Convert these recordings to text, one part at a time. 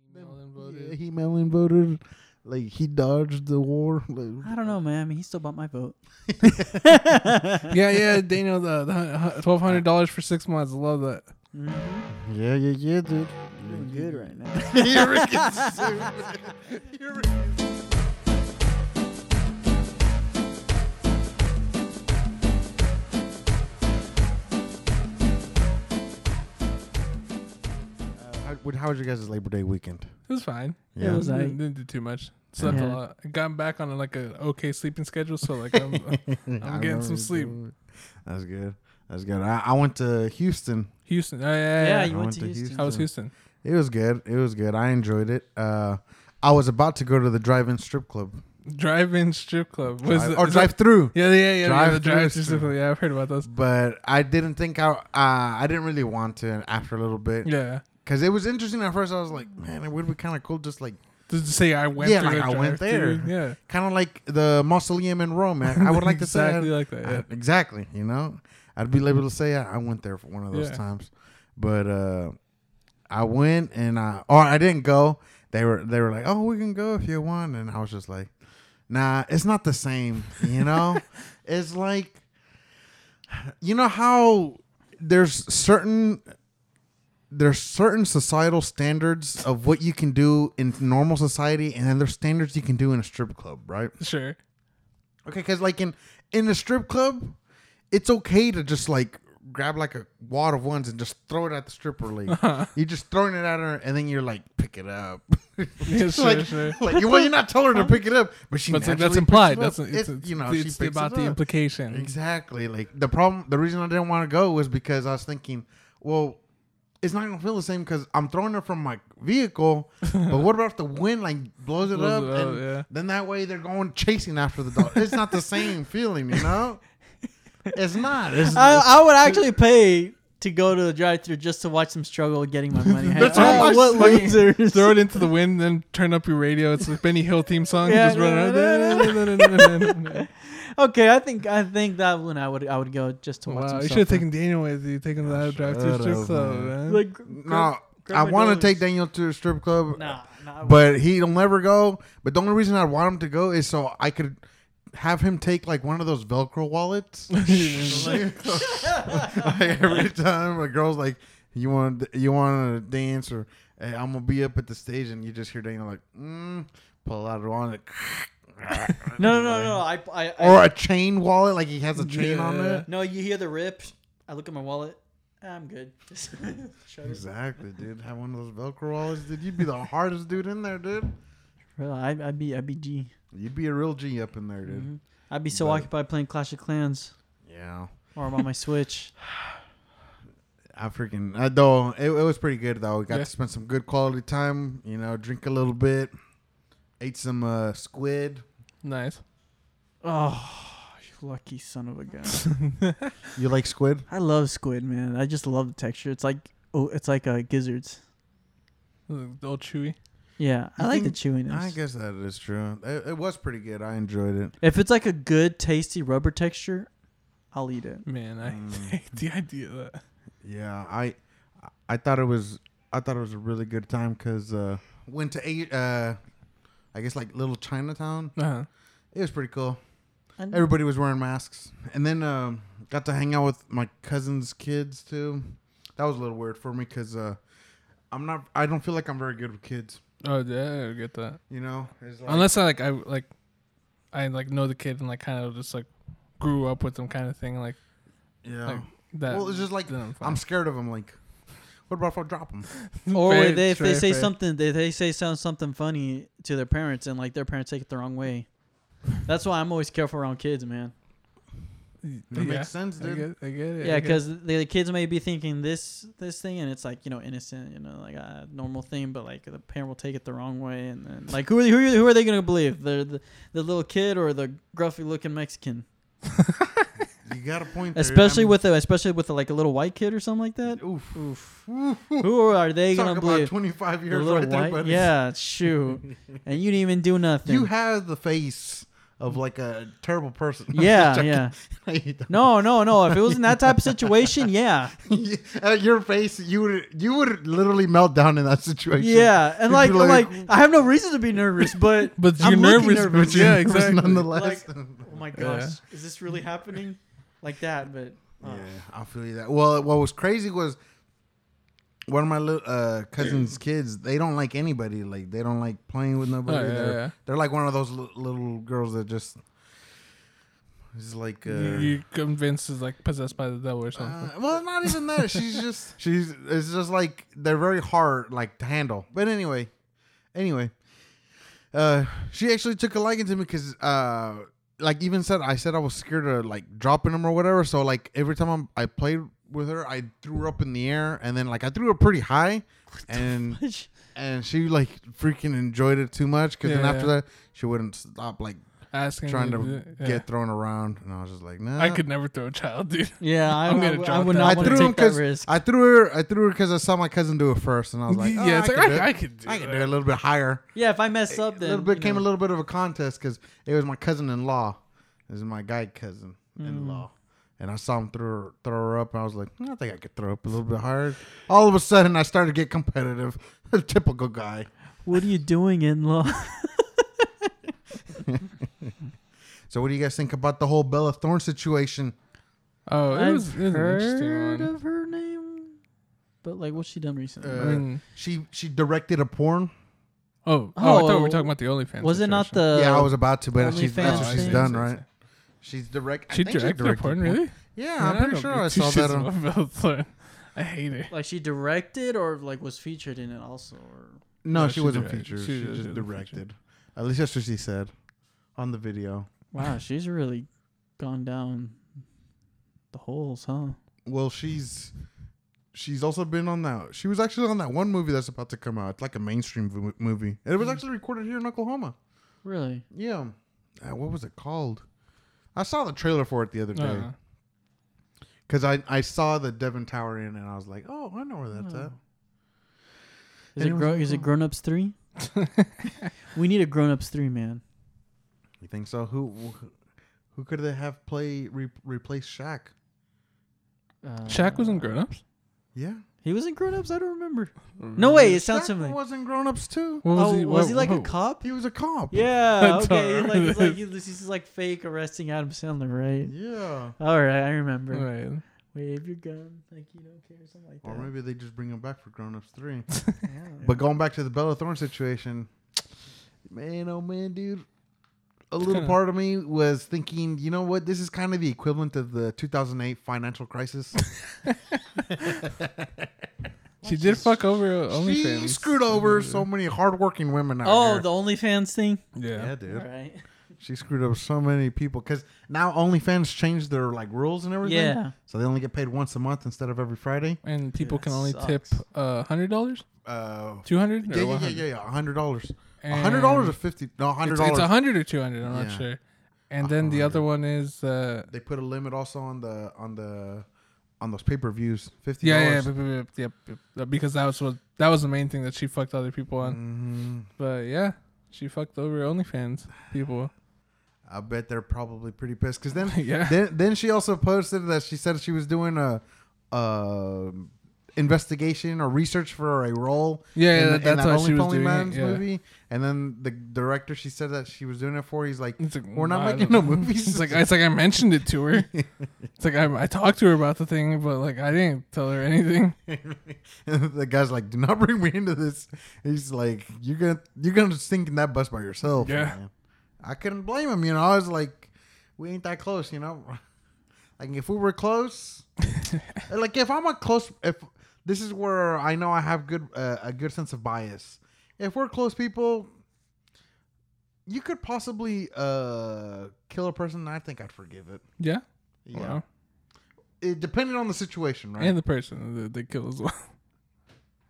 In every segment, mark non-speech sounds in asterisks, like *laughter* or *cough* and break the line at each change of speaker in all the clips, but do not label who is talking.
*laughs* that he mail-in voted? Like he dodged the war. Like,
I don't know, man. I mean, he still bought my vote.
yeah, yeah, Daniel, the, the twelve hundred dollars for six months. I love that.
yeah, yeah, yeah, dude.
Doing good right now.
Here it gets soon. Here it- Uh, how- what- How was your guys' Labor Day weekend?
It was fine.
It was
didn't,
like-
didn't do too much. Slept
Yeah.
a lot. Got back on like a okay sleeping schedule, so like
*laughs* *laughs*
I'm,
I
getting
know
some
it's
sleep.
over. That's good. That's good. I, I went to Houston.
Houston. Oh, yeah,
Yeah,
yeah,
you
I
yeah.
went
went
to
to
Houston.
How was Houston?
It was good. It was good. I enjoyed it. Uh, I was about to go to the drive-in strip club
Drive-in strip club. Was
Drive- oh,
it-
or
is that-
drive-through,
Yeah, yeah, yeah. yeah,
Drive-through
the drive-through
strip.
strip club. Yeah, I've heard about those.
but I didn't think I. Uh, I didn't really want to. And after a little bit,
Yeah.
because it was interesting at first. I was like, man, it would be kind of cool, just like
Just to say I went.
Yeah, like,
through a
I went
drive-through.
there.
Yeah.
kind of like the mausoleum in Rome. man. I would like to say
exactly like that.
I-
Yeah.
exactly. You know, I'd be able to say I, I went there for one of those
Yeah.
times, but uh, I went and I or I didn't go. They were they were like, oh, we can go if you want, and I was just like, nah, it's not the same. You know,
*laughs*
it's like, you know how there's certain. There's certain societal standards of what you can do in normal society, and then there's standards you can do in a strip club, right?
Sure.
Okay, because like in in a strip club, it's okay to just like grab like a wad of ones and just throw it at the stripper. Like
*laughs*
you're just throwing it at her, and then you're like, pick it up. *laughs*
Yeah,
It's
sure,
like,
sure.
like you, well, you're not telling her to pick it up, but she.
But it's like,
naturally picks
that's implied.
it
That's
up.
it's,
It- you know
it's
she picks
about
it
the
up.
implication.
Exactly. Like the problem, the reason I didn't want to go was because I was thinking, well, it's not gonna feel the same because I'm throwing it from my vehicle. but what about if the wind like blows it up?
Blows it up,
and
yeah.
Then that way they're going chasing after the dog. it's not the same feeling, you know. It's not. It's,
I, I would actually pay to go to the drive-through just to watch them struggle getting my *laughs* money.
That's
Hey,
what I'm
what losers!
*laughs* Throw it into the wind, then turn up your radio. It's the Benny Hill theme song.
Yeah,
just run around.
Okay, I think I think that one I would I would go just to watch.
*laughs* Wow,
them
you should have
suffer.
taken Daniel with you. Taking that drive through
shut
strip
up,
club,
man.
man.
Like, gr- gr-
no,
grab
I
my
want to take
dollars.
Daniel to a strip club,
Nah, nah, I
but he'll never go. But the only reason I want him to go is so I could have him take like one of those Velcro
*laughs*
wallets. like every time a girl's like, "You want you want to dance?" or "Hey, I'm gonna be up at the stage," and you just hear Daniel like, mm, "Pull out a wallet."
wouldn't. *laughs* no, no, no, no. I, I, I
Or a chain wallet, like he has a chain on
Yeah.
it.
no. You hear the rip? I look at my wallet. Ah, I'm good. *laughs* Shut it.
Exactly, dude. Have one of those Velcro wallets, dude. You'd be the hardest dude in there, dude.
Bro, I, I'd be I'd be G. Mm-hmm.
You'd be a real G up in there, dude.
I'd be so
But-
occupied playing Clash of Clans
Yeah.
or I'm on my Switch.
I freaking uh, though it, it was pretty good though. We got
Yeah.
to spend some good quality time. You know, drink a little bit, ate some uh, squid.
nice. *laughs*
Oh, you lucky son of a gun.
You like squid?
I love squid, man. I just love the texture. It's like oh, it's like uh, gizzards.
The old chewy.
Yeah, I
You
like the
think-
chewiness.
I guess that is true. It, it was pretty good. I enjoyed it.
If it's like a good, tasty rubber texture, I'll eat it.
Man, I
Mm.
*laughs* hate the idea of that.
Yeah, I I thought it was I thought it was a really good time because uh, went to eight. Uh, I guess like little Chinatown.
Uh-huh.
It was pretty cool.
And-
Everybody was wearing masks, and then um, got to hang out with my cousin's kids too. That was a little weird for me because uh, I'm not. I don't feel like I'm very good with kids.
Oh yeah, I get that.
You know, it's like,
Unless I like I like I like know the kid and like kind of just like grew up with them kind of thing like
yeah.
like that.
well, it's just like
then I'm
I'm
fine.
scared of them. Like, what about if I drop them? *laughs*
Or
Fair,
they, if they
fair,
say
fair.
something, they, they say some, something funny to their parents, and like their parents take it the wrong way. That's why I'm always careful around kids, man.
That
yeah.
makes sense,
I
dude.
get, I get it.
Yeah,
I get
because the, the kids may be thinking this this thing, and it's like you know innocent, you know, like a normal thing, but like the parent will take it the wrong way, and then like who are they, who are, who are they gonna believe? The, the the little kid or the gruffy looking Mexican?
You got a point. There.
Especially
I mean,
with a, especially with a, like a little white kid or something like that.
oof.
Oof.
Oof.
Who are they
Talk
gonna
about
believe?
25
The
years
little
right there,
white,
buddy. *laughs*
yeah, shoot, and you didn't even do nothing.
You have the face of like a terrible person. I'm *laughs*
Yeah,
just
yeah.
joking.
No, no, no. If it was in that type of
*laughs*
situation, yeah,
At Uh, your face, you would you would literally melt down in that situation. *laughs*
yeah. And like,
You'd be
I'm like, I have no reason to be
*laughs*
nervous, but
But
I'm
you're
looking
nervous,
nervous.
but yeah,
nervous
exactly.
Nonetheless, *laughs*
oh my
Yeah.
gosh, is this really happening? Like that, but
yeah,
oh.
I feel you that. Well, what was crazy was one of my little, uh, cousin's kids. They don't like anybody. Like they don't like playing with nobody.
Oh, yeah,
they're,
yeah.
they're like one of those li- little girls that just is like. Uh,
You, you convinced is like possessed by the devil or something.
Uh, well, not even that. She's just *laughs* she's it's just like they're very hard like to handle. But anyway, anyway, uh, she actually took a liking to me because uh, like even said I said I was scared of like dropping them or whatever. So like every time I'm, I played with her, I threw her up in the air and then like I threw her pretty high, and
uh.
and she like freaking enjoyed it too much because then
Yeah,
after
yeah.
that she wouldn't stop like
Asking,
trying
you
to
do- yeah.
get thrown around, and I was just like, nah.
I could never throw a child, dude.
*laughs* yeah, I,
I'm
I,
gonna
would- I
drop
would
that.
not
I
want to
threw him
take that
'cause
risk.
I threw her. I threw her because I saw my cousin do it first, and I was
*laughs*
like,
yeah,
"Oh,
it's
I
like
could
I, I
do
could do
it. I can
that.
do it a little bit higher.
yeah, if I mess up,
a
then
little bit
you
came a
know.
little bit of a contest because it was my cousin-in-law. This is my guy cousin-in-law,
Mm.
and I saw him throw her, throw her up, and I was like, "Mm, I think I could throw up a little bit higher. All of a sudden, I started to get competitive. *laughs* Typical guy.
What are you doing, in law?
So, what do you guys think about the whole Bella Thorne situation?
Oh, it was,
I've
it was an
heard
interesting one.
of her name, but like, what's she done recently?
Uh,
I mean,
She she directed a porn.
oh, oh, I thought we
oh,
were talking about the OnlyFans.
was it not
situation.
the?
yeah, I was about to, but she's,
OnlyFans
that's what she's
thing?
done, right? She's direct. I
She
think
directed a porn, really?
Yeah,
Man,
I'm
I
pretty
don't
sure
give
I
two
saw that
shits
*laughs* on.
*laughs* about Bella Thorne. I hate it.
like she directed or like was featured in it also. Or,
No,
No,
she,
she
wasn't
directed.
featured. She,
She
just
wasn't
directed.
featured.
At least that's what she said on the video.
wow, she's really gone down the holes, huh?
Well, she's she's also been on that. She was actually on that one movie that's about to come out. It's like a mainstream v- movie. It was actually recorded here in Oklahoma.
Really?
Hmm. Yeah. Uh, what was it called? I saw the trailer for it the other day
Uh,
because I, I saw the Devon Tower in and I was like, oh, I know where that's at.
Oh. Is it,
Anyone's
grow?
on
is
the
it Grown
*laughs*
Ups 3? we need a Grown Ups 3, man.
You think so? Who who, who could they have play re- replace Shaq?
Uh,
Shaq wasn't grown ups.
Yeah.
He was in Grown Ups? I don't remember. No way, it sounds
Shaq
similar.
wasn't grown ups too.
What
oh, was
what-
he like a
what-
cop?
*laughs*
He was a cop.
Yeah,
That's
okay.
all
Like, he's like,
*laughs* right.
he's, this is like fake arresting Adam Sandler, right?
Yeah.
All right, I remember.
Right.
Wave your gun like you don't care, something like that.
Or maybe they just bring him back for Grown Ups 3.
Yeah.
*laughs* but going back to the Bella Thorne situation, man, oh man, dude. A little
Kinda-
part of me was thinking, you know what? This is kind of the equivalent of the 2008 financial
*laughs*
crisis.
She did fuck over OnlyFans.
she screwed over so many hardworking women out
oh,
here.
the OnlyFans thing.
Yeah.
yeah,
All
dude.
right.
She screwed over so many people because now OnlyFans changed their like rules and everything.
Yeah.
So they only get paid once a month instead of every Friday.
And people
that
can only tip
sucks.
uh, hundred dollars,
Uh,
two hundred,
yeah, yeah,
or
yeah,
100?
yeah, yeah. hundred dollars. hundred dollars or
And
fifty? No, hundred
It's, it's
dollars.
a hundred or two hundred. I'm
Yeah.
not sure. And then the other one is uh,
They put a limit also on the on the on those pay per views. Fifty
yeah, yeah,
dollars.
b- b- b- yep, yep, yep, Uh, because that was what that was the main thing that she fucked other people
Mm.
on.
Mm-hmm.
But yeah, she fucked over OnlyFans people.
*laughs* I bet they're probably pretty pissed. Cause then,
*laughs* Yeah.
then then she also posted that she said she was doing a. uh investigation or research for a role
Yeah, yeah,
in, the-
that's
in that
how she was
OnlyFans
doing it,
man's
yeah.
movie and then the director she said that she was doing it for he's like
It's like,
we're not
I
making
don't
no
know.
movies
It's like it's like I mentioned it
*laughs*
to her. It's like I, I talked to her about the thing, but like I didn't tell her anything. *laughs*
And *laughs* the guy's like, "Do not bring me into this." He's like, "You're gonna you're gonna sink in that bus by yourself."
Yeah.
man." I couldn't blame him. You know, I was like, "We ain't that close," you know. *laughs* Like if we were
*laughs*
close, like if I'm a close, if this is where I know I have good uh, a good sense of bias. If we're close people, you could possibly uh kill a person. and I think I'd forgive it.
Yeah.
Yeah,
Wow.
it depending on the situation, right?
And the person that they kill as well.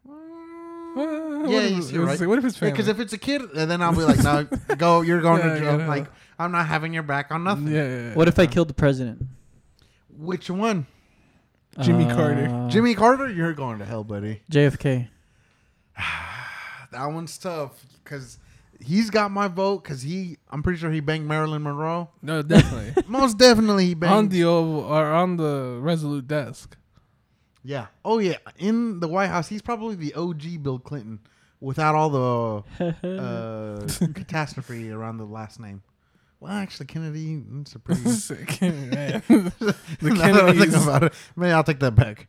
Mm.
Well,
Yeah,
what
you
if,
see, right?
it's like, what if it's family?
Because if it's a kid, and then I'll be like,
*laughs*
no, go, you're going
Yeah,
to
yeah,
jail.
yeah.
Like, I'm not having your back on nothing.
yeah, yeah, yeah.
What if I killed the president? Uh,
Which one?
Uh-huh. Jimmy Carter.
Jimmy Carter? You're going to hell, buddy.
JFK.
That one's tough because He's got my vote because he. I'm pretty sure he banged Marilyn Monroe. *laughs*
No, definitely.
Most definitely, he
on
banged.
the oval or on the
*laughs*
resolute desk.
yeah. Oh yeah. In the White House, he's probably the OG Bill Clinton without
*laughs*
all the uh, catastrophe around the last name. Well, actually, Kennedy. It's a pretty.
*laughs* Sick, man.
*laughs* the Kennedys.
Kennedys.
about it. Man, I'll take that back.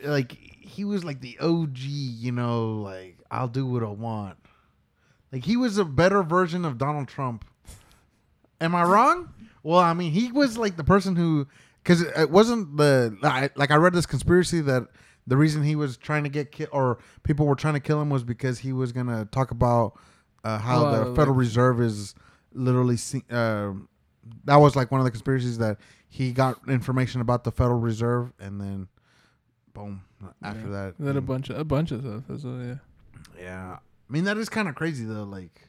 Like he was like the OG, you know, like I'll do what I want. Like he was a better version of Donald Trump. Am I wrong? Well, I mean, he was like the person who, because it wasn't the I, like I read this conspiracy that the reason he was trying to get killed or people were trying to kill him was because he was gonna talk about uh, how
Oh,
the
like-
Federal Reserve is literally se- uh, that was like one of the conspiracies that he got information about the Federal Reserve and then boom after that
Then a
mm,
bunch of a bunch of stuff as well. Yeah.
yeah I mean that is kind of crazy though like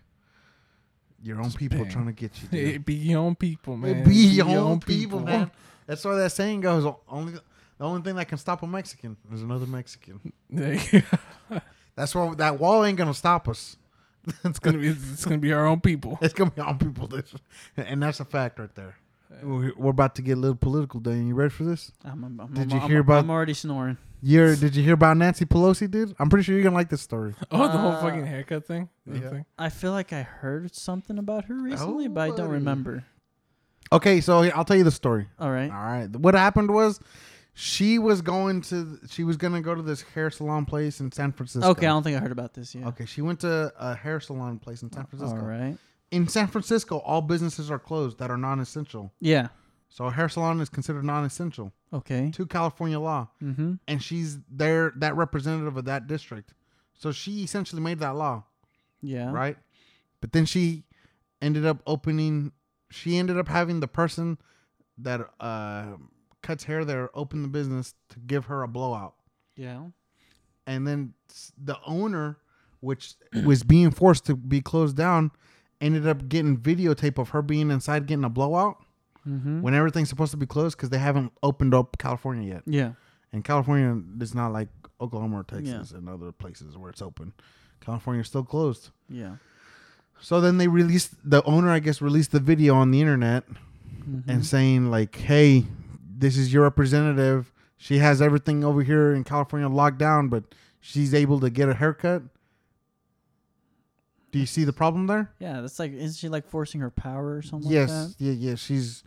your own people
bang.
trying to get *laughs* you dude.
Hey, be your own people, man.
Be your own people,
*laughs*
man. That's why that saying goes. o- Only the only thing that can stop a Mexican is another Mexican.
There you go.
That's why that wall ain't gonna stop us. *laughs* it's
It's gonna
gonna
be it's gonna be our own people. *laughs*
it's gonna be on people. That's, and that's a fact right there. We're we're about to get a little political, Dan. You ready for this?
I'm, I'm, I'm,
Did
I'm,
you hear about-
I'm already snoring.
You're, did you hear about Nancy Pelosi, dude? I'm pretty sure you're gonna like this story.
Oh, the whole
Uh,
fucking haircut thing. That
yeah.
thing.
I feel like I heard something about her recently, but I don't
buddy.
remember.
Okay, so here, I'll tell you the story.
All right.
All right. What happened was she was going to she was gonna go to this hair salon place in San Francisco.
Okay, I don't think I heard about this yet.
Okay, she went to a hair salon place in San Francisco.
All right.
in San Francisco, all businesses are closed that are non essential.
Yeah.
So a hair salon is considered non essential
Okay.
to California law.
Mm-hmm.
And she's there, that representative of that district. So she essentially made that law,
Yeah.
right? But then she ended up opening, she ended up having the person that uh, cuts hair there open the business to give her a blowout.
Yeah.
And then s- the owner,
*clears throat*
which was being forced to be closed down, ended up getting videotape of her being inside getting a blowout.
Mm-hmm.
when everything's supposed to be closed because they haven't opened up California yet.
Yeah.
And California is not like Oklahoma or Texas and other places where it's open. California's still closed.
Yeah.
So then they released the owner, I guess, released the video on the internet
Mm-hmm.
and saying like, "Hey, this is your representative. She has everything over here in California locked down, but she's able to get a haircut." Do you see the problem there?
Yeah. That's like, isn't she like forcing her power or something
yes,
like that?
yeah, yeah. She's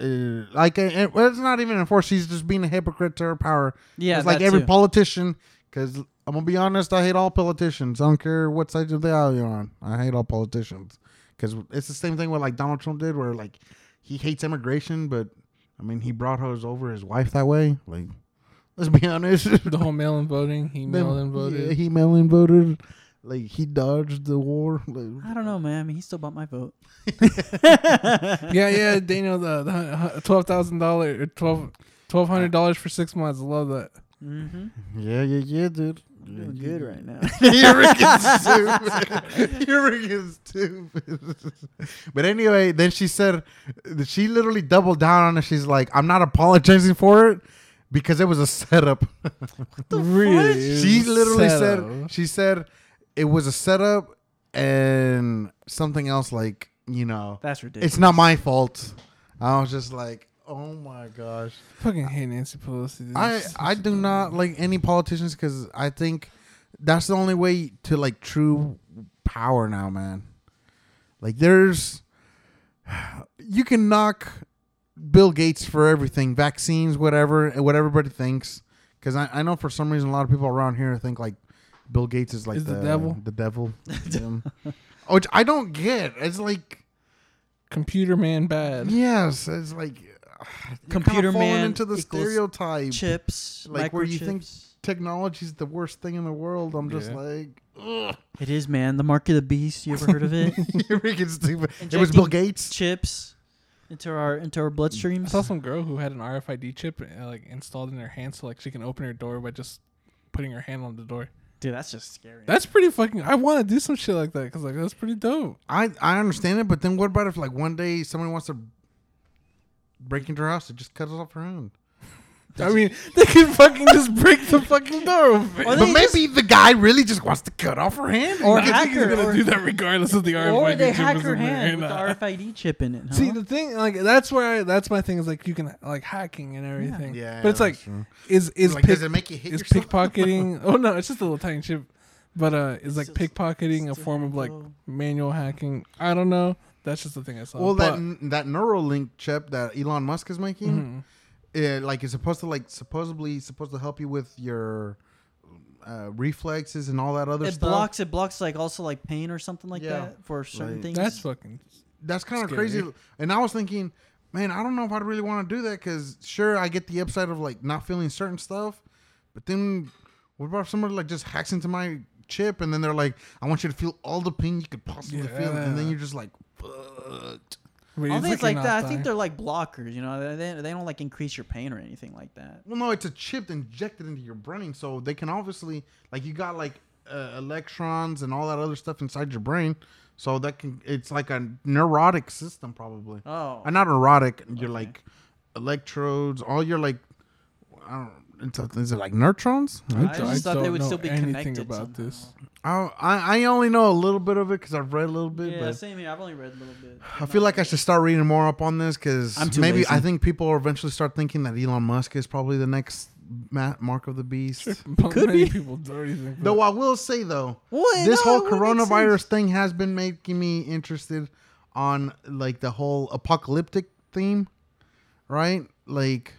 uh, like, uh, it- well, it's not even enforced. She's just being a hypocrite to her power.
Yeah.
it's like
that
every
too.
politician. Because I'm gonna be honest, I hate all politicians. I don't care what side of the aisle you're on. I hate all politicians. Because it's the same thing what like Donald Trump did, where like he hates immigration, but I mean he brought hers over his wife that way. Like, let's be honest. *laughs*
The whole mail-in voting, he mail-in
Yeah,
voted.
he mail in voted. Like he dodged the war. Like,
I don't know, man. I mean, he still bought my vote.
yeah, yeah, Daniel, the, the twelve thousand dollar, twelve twelve hundred dollars for six months. I love that.
Mm-hmm.
*laughs* yeah, yeah, yeah, dude. Yeah,
Doing
yeah,
good
yeah.
right
*laughs* You're
now.
freaking stupid. You're freaking stupid. But anyway, then she said she literally doubled down on it. She's like, I'm not apologizing for it because it was a setup.
Really?
*laughs* she literally
Setup.
said she said it was a setup and something else like, you know,
That's ridiculous.
it's not my fault. I was just like, oh my gosh.
Fucking hate Nancy Pelosi. dude.
I
She's
I
such
do
a-
not like any politicians because I think that's the only way to like true power now, man. Like there's, *sighs* you can knock Bill Gates for everything, vaccines, whatever, and what everybody thinks. Because I, I know for some reason a lot of people around here think like Bill Gates is like
Is the devil.
the devil, Um, which I don't get. It's like
computer man bad.
yes, it's like you're kinda
Computer
falling
man
into the
equals
stereotype
Chips.
like where you think
microchips.
technology's the worst thing in the world. I'm just
Yeah.
like, *laughs*
It is, man. The mark of the beast. You ever heard of it?
you're freaking stupid. It was Bill
Injecting
Gates.
chips into our into our
I
bloodstreams.
saw some girl who had an RFID chip uh, like installed in her hand, so like she can open her door by just putting her hand on the door.
Dude, that's just scary.
That's pretty fucking. I want to do some shit like that because like that's pretty dope.
I I understand it, but then what about if like one day somebody wants to break into her house and just cut off her hand?
I mean, they could *laughs* fucking just break the fucking door open.
Or
but
they
maybe
just-
the guy really just wants to cut off her hand.
Or
I think he's
hacker,
gonna
or-
do that regardless of the RFID
or they
chip
hack
is
her
in there
hand
or *laughs*
with the
not.
RFID chip in it. Huh?
See the thing, like that's where I, that's my thing is like you can like hacking and
*laughs*
everything.
Yeah,
but it's
that's
like
true.
is is
like,
pick,
does it make you hit
is
yourself? *laughs*
pickpocketing? oh no, it's just a little tiny chip. But uh, is like
Still-
pickpocketing a
still
form of like
cool.
manual hacking? I don't know. That's just the thing I saw.
Well, that
But-
that Neuralink chip that Elon Musk is making,
Mhm.
it, like it's supposed to like supposedly supposed to help you with your uh, reflexes and all that other
it
stuff.
blocks. It blocks like also like pain or something like
Yeah.
that for certain
Like-
things.
that's fucking
That's kind of
Scary.
crazy. And I was thinking, man, I don't know if I'd really want to do that because sure, I get the upside of like not feeling certain stuff, but then what about if somebody like just hacks into my chip and then they're like, I want you to feel all the pain you could possibly feel, and then
Yeah.
you're just like, fucked.
I
Wait,
don't
it's
think it's like
you're
that.
not
I think
dying.
they're like blockers. You know, they, they they don't like increase your pain or anything like that.
Well, no, it's a chip injected into your brain, so they can obviously like you got like uh, electrons and all that other stuff inside your brain, so that can it's like a neurotic system probably.
Oh,
Uh, not neurotic. Your
Okay.
like electrodes, all your like, I don't. It's, is it like neutrons?
I just thought they
don't
would
know
still be
anything
connected
about
somehow. *laughs*
this.
I I I only know a little bit of it because I've read a little bit,
yeah,
but
same here. I've only read a little bit.
I feel like I should start reading more up on this because
I'm too
maybe
lazy.
I think people will eventually start thinking that Elon Musk is probably the next ma- mark of the beast.
Could
be.
people already think
Though I will say though,
Well,
this
no,
whole
it would make sense.
coronavirus thing has been making me interested on like the whole apocalyptic theme, right? Like,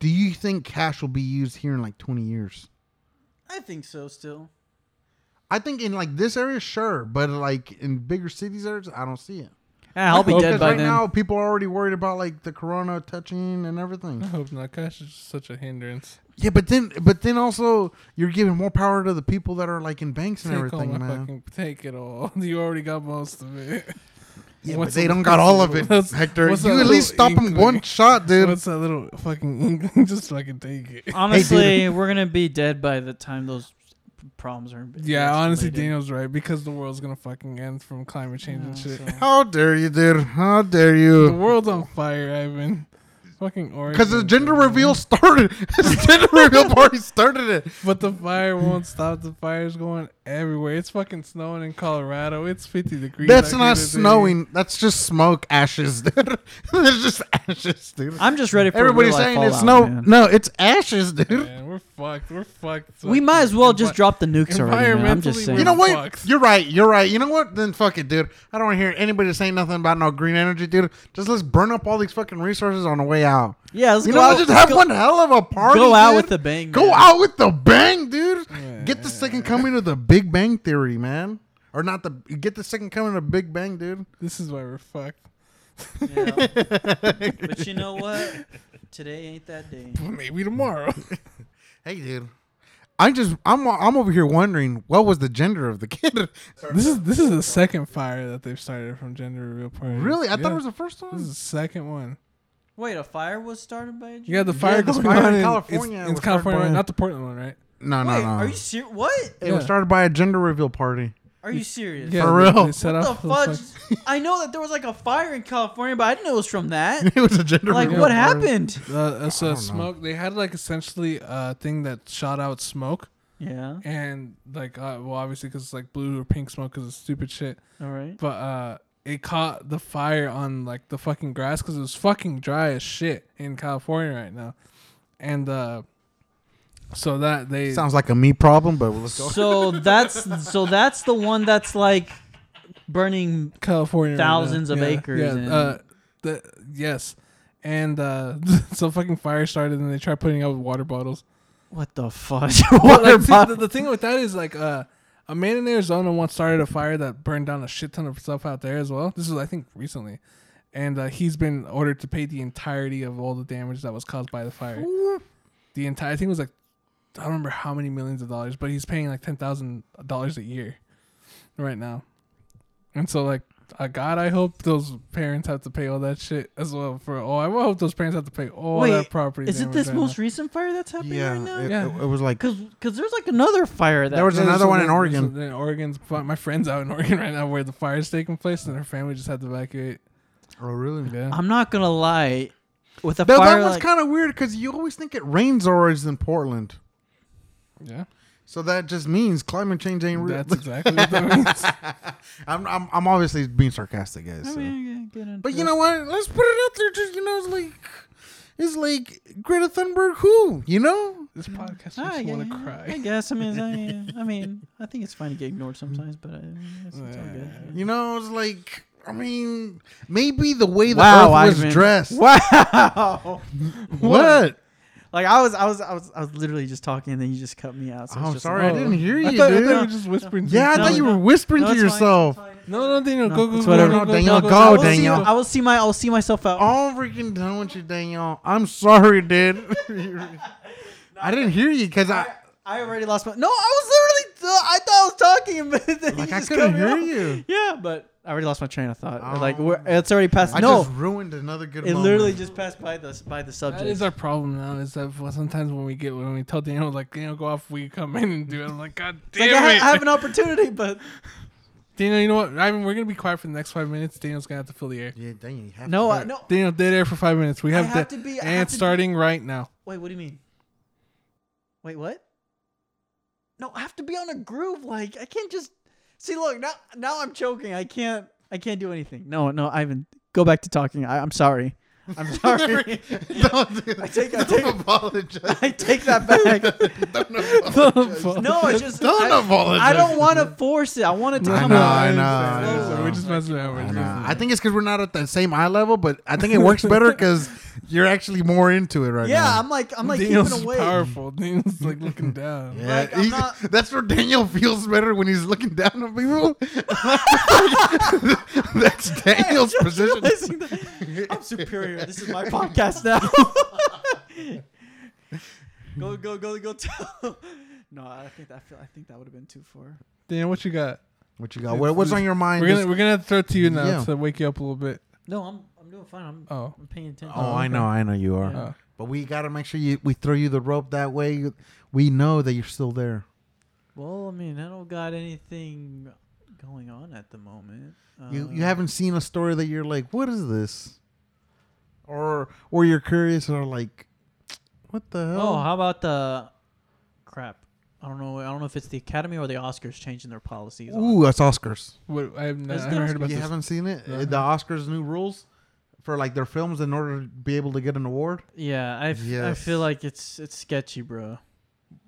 do you think cash will be used here in like 20 years?
I think so. Still,
I think in like this area, sure, but like in bigger cities, areas, I don't see it.
I'll be
hope
dead
Because
by
right
then. *laughs*
now, people are already worried about like the corona touching and
I
everything.
hope not. Cash is just such a hindrance.
Yeah, but then, but then also, you're giving more power to the people that are like in banks and
Take all my
everything, man.
fucking take it all. *laughs* You already got most of it.
Yeah,
What's
but they
a-
don't got all of it,
what's-
Hector.
what's
you
that
at least
little
stop him
inkling?
one shot, dude.
What's that little fucking *laughs* inkling? just fucking take it.
Honestly,
Hey,
*laughs* we're gonna be dead by the time those problems are.
Yeah, honestly,
escalated.
Daniel's right because the world's gonna fucking end from climate change and
Yeah,
shit.
so-
*laughs*
How dare you, dude? How dare
The
you?
world's on fire, Ivan. Fucking orange.
Because the gender reveal started. *laughs* His gender reveal party started it.
But the fire won't stop. The fire's going everywhere. It's fucking snowing in Colorado. It's 50 degrees.
That's
out
not
here today.
snowing. That's just smoke ashes, dude. *laughs* There's just ashes, dude.
I'm just ready for
Everybody's
real life
saying it's no,
fallout, man.
no, it's ashes, dude.
Man, we're fucked. We're fucked.
We might as well just
Envi-
drop the nukes already. Man. I'm
environmentally,
just saying.
You know what?
Fucks.
You're right. You're right. You know what? Then fuck it, dude. I don't want to hear anybody saying nothing about no green energy, dude. Just let's burn up all these fucking resources on the way out.
yeah, let's
you
go
know,
out.
what? just have
go,
one hell of a party.
go out
dude.
with the bang.
Go
man.
out with the bang, dude. Get the
Yeah.
second coming of the Big Bang Theory, man. Or not the get the second coming of Big Bang, dude.
This is why we're fucked.
Yeah. *laughs* but you know what? Today ain't that day.
*laughs* Maybe tomorrow.
*laughs* Hey, dude. I just I'm I'm over here wondering what was the gender of the
*laughs*
kid.
this is this is the second fire that they've started from gender reveal parties.
really? I
Yeah.
thought it was the first
This is
one.
the second one.
Wait, a fire was started by a Jew?
You got the fire
the
going
fire in
on in
California was
It's, it's
started
California,
by-
right? not the Portland one, right?
No, no,
Wait,
no.
are you serious? What?
it was
Yeah.
started by a gender reveal party. *laughs*
Are you serious?
Yeah,
For
they-
real?
they set
What the
off
fudge?
fuck-
*laughs*
I know that there was like a fire in California, but I didn't know it was
*laughs*
from that.
it was a gender
Like,
reveal
what
party.
happened?
Uh, uh, so
don't know.
smoke. They had like essentially a thing that shot out smoke,
Yeah.
and like uh, well, obviously because it's like blue or pink smoke because it's stupid shit.
All right.
But uh, it caught the fire on like the fucking grass because it was fucking dry as shit in California right now, and uh, so that they
Sounds like a me problem, but let's go.
So that's so that's the one that's like burning.
California right now.
Thousands of
Yeah,
acres
Yeah,
and-
uh, the, yes, and uh, *laughs* so fucking fire started, and they tried putting out water bottles.
What the fudge? *laughs*
But,
Water
like, see,
bottle.
the, the thing with that is like uh, a man in Arizona once started a fire that burned down a shit ton of stuff out there as well. This is I think recently, and uh, he's been ordered to pay the entirety of all the damage that was caused by the fire. The entire I think it was like I don't remember how many millions of dollars, but he's paying like ten thousand dollars a year right now, and so like. Uh, God, I hope those parents have to pay all that shit as well for. Oh, I hope those parents have to pay all
Wait,
that property.
Is it
damage
this
right now.
most recent fire that's happening
yeah,
right now?
it,
Yeah.
it- it was like
Because there's like another fire that
There was
Yeah,
another
there's-
one in
there's-
Oregon.
there's- In Oregon's, fu- my friend's out in *laughs* Oregon right now where the fire's taking place, and her family just had to evacuate.
Um,
oh really?
Yeah.
I'm not gonna lie. with a
Though
fire
that was
like,
kind of weird because you always think it rains always in Portland.
Yeah,
So that just means climate change ain't real.
that's exactly what that means.
*laughs* I'm, I'm, I'm obviously being sarcastic, guys.
I
so.
mean, Oh, yeah, get
But
into
you
it.
know what? Let's put it out there. Just you know, it's like it's like Greta Thunberg. Who you know?
This podcast makes
Ah,
me
yeah,
want to
yeah, I
cry.
guess. I mean, I mean, I mean, I think it's fine to get ignored sometimes, but uh, I, it's, it's all good. yeah.
You know, it's like I mean, maybe the way the
I
Earth was
mean-
dressed.
*laughs* Wow.
What? Oh,
Like I was, I was, I was, I was literally just talking, and then you just cut me out. So it's
Oh, I'm
just
sorry,
like- oh.
I didn't hear
*laughs* I
you,
thought, I
dude.
thought you were just whispering.
Yeah, I
things.
No,
thought you
no.
were whispering
No,
to
it's fine, it's
yourself.
fine.
No, no, Daniel,
No,
go, go,
it's
go,
whatever.
go, go,
Daniel, go,
oh.
go,
I
go,
will
go.
see-
Daniel.
I will see my, I'll see myself out.
All freaking done with you, Daniel. I'm sorry,
*laughs*
dude. I didn't hear you because I
I already lost my. No, I was literally. uh, I thought I was talking, *laughs* but then
like
you
I
just
couldn't
cut me
hear you.
off. Yeah, but I already lost my train of thought. like
Oh.
we're, it's already past.
I
no,
just ruined another good.
it
moment.
literally just passed by the by the subject.
That is our problem now. Is that sometimes when we get when we tell Daniel like Daniel go off, we come in and do it. I'm like,
*laughs*
God
It's like
damn
I,
it,
ha- I have an opportunity, but
Daniel. You know what? I mean, we're gonna be quiet for the next five minutes. Daniel's gonna have to fill the air.
Yeah, Daniel. You have
*laughs* no,
to
I,
do it.
no.
Daniel, dead air for five minutes. We
I
have,
have
to,
to be. I have
and
to be-
starting right now.
Wait, what do you mean? Wait, what? No, I have to be on a groove. Like I can't just see. Look now, now I'm choking. I can't. I can't do anything. No, no, Ivan, go back to talking. I, I'm sorry.
*laughs*
I'm sorry. *laughs*
Don't do that.
I take- I
Don't
take-
apologize.
I take
*laughs*
that back.
Don't
*laughs*
apologize.
No, it's just
Don't
I,
apologize.
I don't want to force it. I want it to
I
come
know,
out.
I know, I
know.
We're just messing around.
*laughs*
We're
I
just
know.
messing around.
I think it's because we're not at the same eye level, but I think it works better because you're actually more into it right
Yeah,
now.
I'm like I'm like
Daniel's
keeping away.
powerful. Daniel's like *laughs* looking down.
Yeah,
like, I'm
he's-
not-
that's where Daniel feels better when he's looking down on
*laughs*
people. *laughs* that's Daniel's
*laughs* just
position.
realizing that I'm superior. This is my podcast now. *laughs* go go go go tell. No, I think that I feel I think that would have been too far.
Daniel, what you got?
What you got? What, what's on your mind?
We're gonna
Just-
we're gonna have to throw it to you now
Yeah.
to wake you up a little bit.
No, I'm I'm doing fine. I'm
Oh.
I'm paying attention.
oh, I know, I know you are.
Yeah.
But we gotta make sure you we throw you the rope. That way, you- we know that you're still there.
Well, I mean, I don't got anything going on at the moment. Uh,
You you haven't seen a story that you're like, what is this? Or or you're curious or like, what the hell?
Oh, how about the crap? I don't know. I don't know if it's the Academy or the Oscars changing their policies. on-
Ooh, that's Oscars.
What I have not,
Is
I haven't
there-
heard about
you
this.
haven't seen it?
No.
Uh, The Oscars new rules for like their films in order to be able to get an award.
Yeah, I, f- I
Yes.
feel like it's it's sketchy, bro.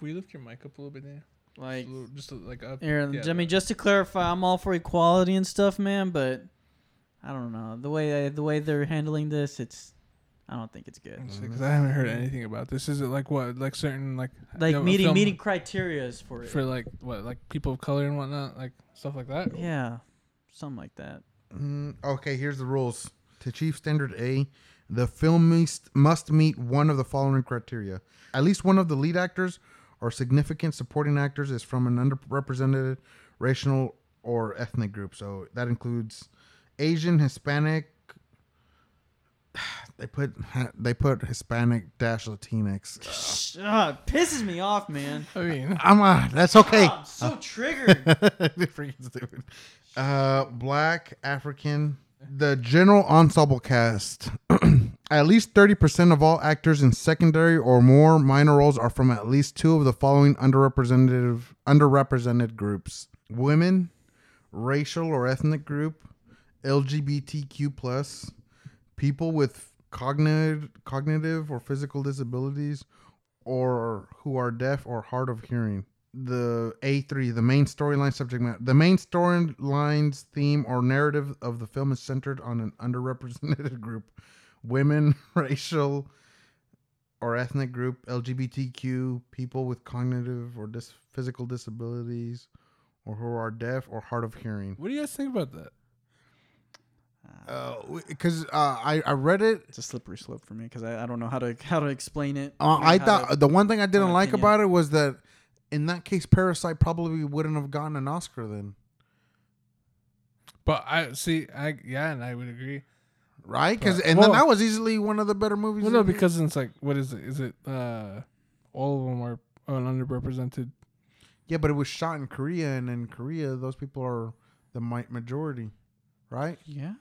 We lift your mic up a little bit, Daniel.
Like,
Just like up.
Aaron,
yeah,
I mean, just to clarify, I'm all for equality and stuff, man. But I don't know the way the way they're handling this. It's I don't think it's good.
Because Mm, I haven't heard anything about this. Is it like what, like certain like
Like
you know, a
meeting
film
meeting criterias for it.
for like what, like people of color and whatnot, like stuff like that.
yeah, something like that.
Mm, okay, here's the rules. To Chief Standard A, the film must, must meet one of the following criteria. At least one of the lead actors or significant supporting actors is from an underrepresented racial or ethnic group. So that includes Asian, Hispanic. *sighs* They put *laughs* they put Hispanic dash Latinx.
Shh, ah, it pisses me off, *laughs* man.
I mean,
I'm on. That's okay.
Ah, I'm *laughs* so triggered.
*laughs* freaking stupid. Uh, black, African, the general ensemble cast. *clears throat* at least 30% of all actors in secondary or more minor roles are from at least two of the following underrepresented underrepresented groups. Women, racial or ethnic group, LGBTQ plus, people with cognitive cognitive or physical disabilities or who are deaf or hard of hearing. The A3, the main storyline subject matter. The main storyline's theme or narrative of the film is centered on an underrepresented *laughs* group women, *laughs* racial or ethnic group, LGBTQ, people with cognitive or dis- physical disabilities, or who are deaf or hard of hearing.
what do you guys think about that?
Because uh, I, I read it
it's a slippery slope for me because I, I don't know how to how to explain it.
Uh,
or
I
how
thought
to-
the one thing I didn't
an
like
opinion.
about it was that in that case, Parasite probably wouldn't have gotten an Oscar then,
But I see, I yeah, and I would agree.
right? Because
Right.
and then
Well-
that was easily one of the better movies.
Well, no,
of the-
because it's like, what is it? Is it uh, all of them are an underrepresented?
yeah, but it was shot in Korea, and in Korea, those people are the mi- majority, right?
yeah.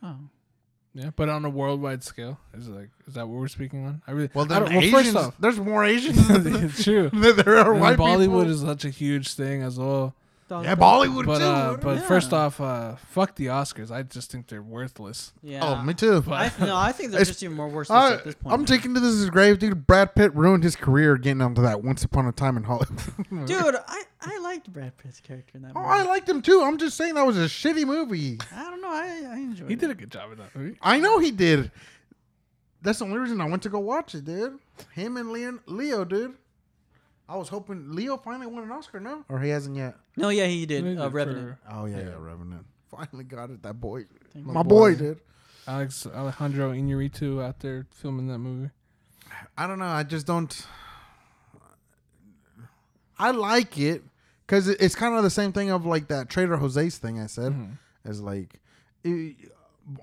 Yeah, but on a worldwide scale, is it like is that what we're speaking on? I really
Well,
I
then
don't- well
Asians,
first
*laughs*
off, *laughs*
there's more Asians than
it's true.
there are
And
white
Bollywood
people.
is such a huge thing as well.
Dog-
yeah, Bollywood
But
too.
uh, but
Yeah.
first off, uh, fuck the Oscars. I just think they're worthless.
Yeah.
oh, me too.
I, no, I think they're
It's-
just even more worse
I,
at this point.
I'm taking to this as grave, dude. Brad Pitt ruined his career getting onto that Once Upon a Time in Hollywood. *laughs*
dude. I, I liked Brad Pitt's character in that
Oh,
movie.
I liked him too. I'm just saying that was a shitty movie.
I don't know. I, I enjoyed.
He
it.
did a good job in that movie.
I know he did. That's the only reason I went to go watch it, dude. Him and Leo, Leo dude. I was hoping Leo finally won an Oscar, no? Or he hasn't yet.
No, yeah, he did.
He did
Uh, Revenant.
for
Oh yeah, yeah, Revenant. Finally got it, that boy.
Thank
My
you.
boy,
boy.
dude.
Alex Alejandro Inarritu out there filming that movie.
I don't know. I just don't. I like it because it's kind of the same thing of like that Trader Jose's thing I said.
Mm-hmm.
Is like, i-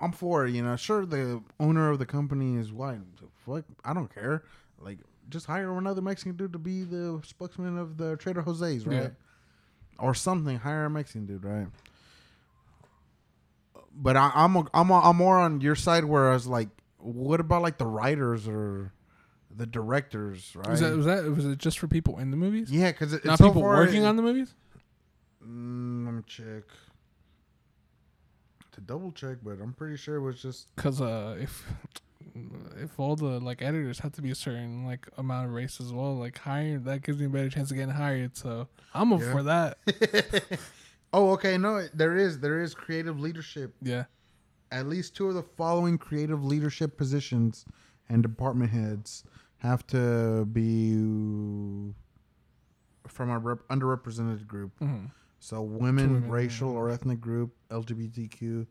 I'm for it, you know. Sure, the owner of the company is white. Fuck, I don't care. Like, just hire another Mexican dude to be the spokesman of the Trader Jose's, right?
Yeah.
Or something. Hire a Mexican dude, right? But I, I'm a, I'm a, I'm more on your side. Whereas, like, what about like the writers or the directors, right?
Was that, was that was it just for people in the movies?
yeah, because it's
Not
so
people
far-
working on the movies.
Mm, let me check. To double check, but I'm pretty sure it was just
Because uh, if if all the like editors have to be a certain like amount of race as well, like hired, that gives me a better chance of getting hired. So I'm all
Yeah.
for that. *laughs*
oh, okay. No, there is there is creative leadership.
yeah,
At least two of the following creative leadership positions and department heads have to be from a rep- underrepresented group.
Mhm.
So women,
women, yeah.
racial or ethnic group, LGBTQ,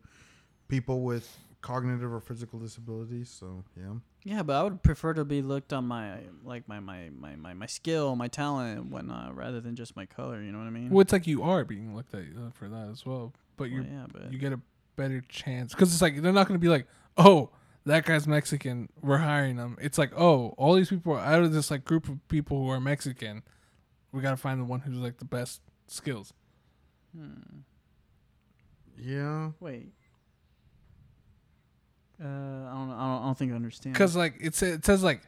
people with cognitive or physical disabilities. So yeah,
Yeah, but I would prefer to be looked on my like my my my my, my skill, my talent, and whatnot, rather than just my color. You know what I mean?
well, it's like you are being looked at uh, for that as well, but
Well,
you
yeah, but
you get a better chance because it's like they're not gonna be like, oh, that guy's Mexican, we're hiring him. It's like, oh, all these people are out of this like group of people who are Mexican, we gotta find the one who's like the best skills.
hmm.
yeah.
wait. Uh, I don't, know- I don't, I don't think I understand.
Because like it says, it says like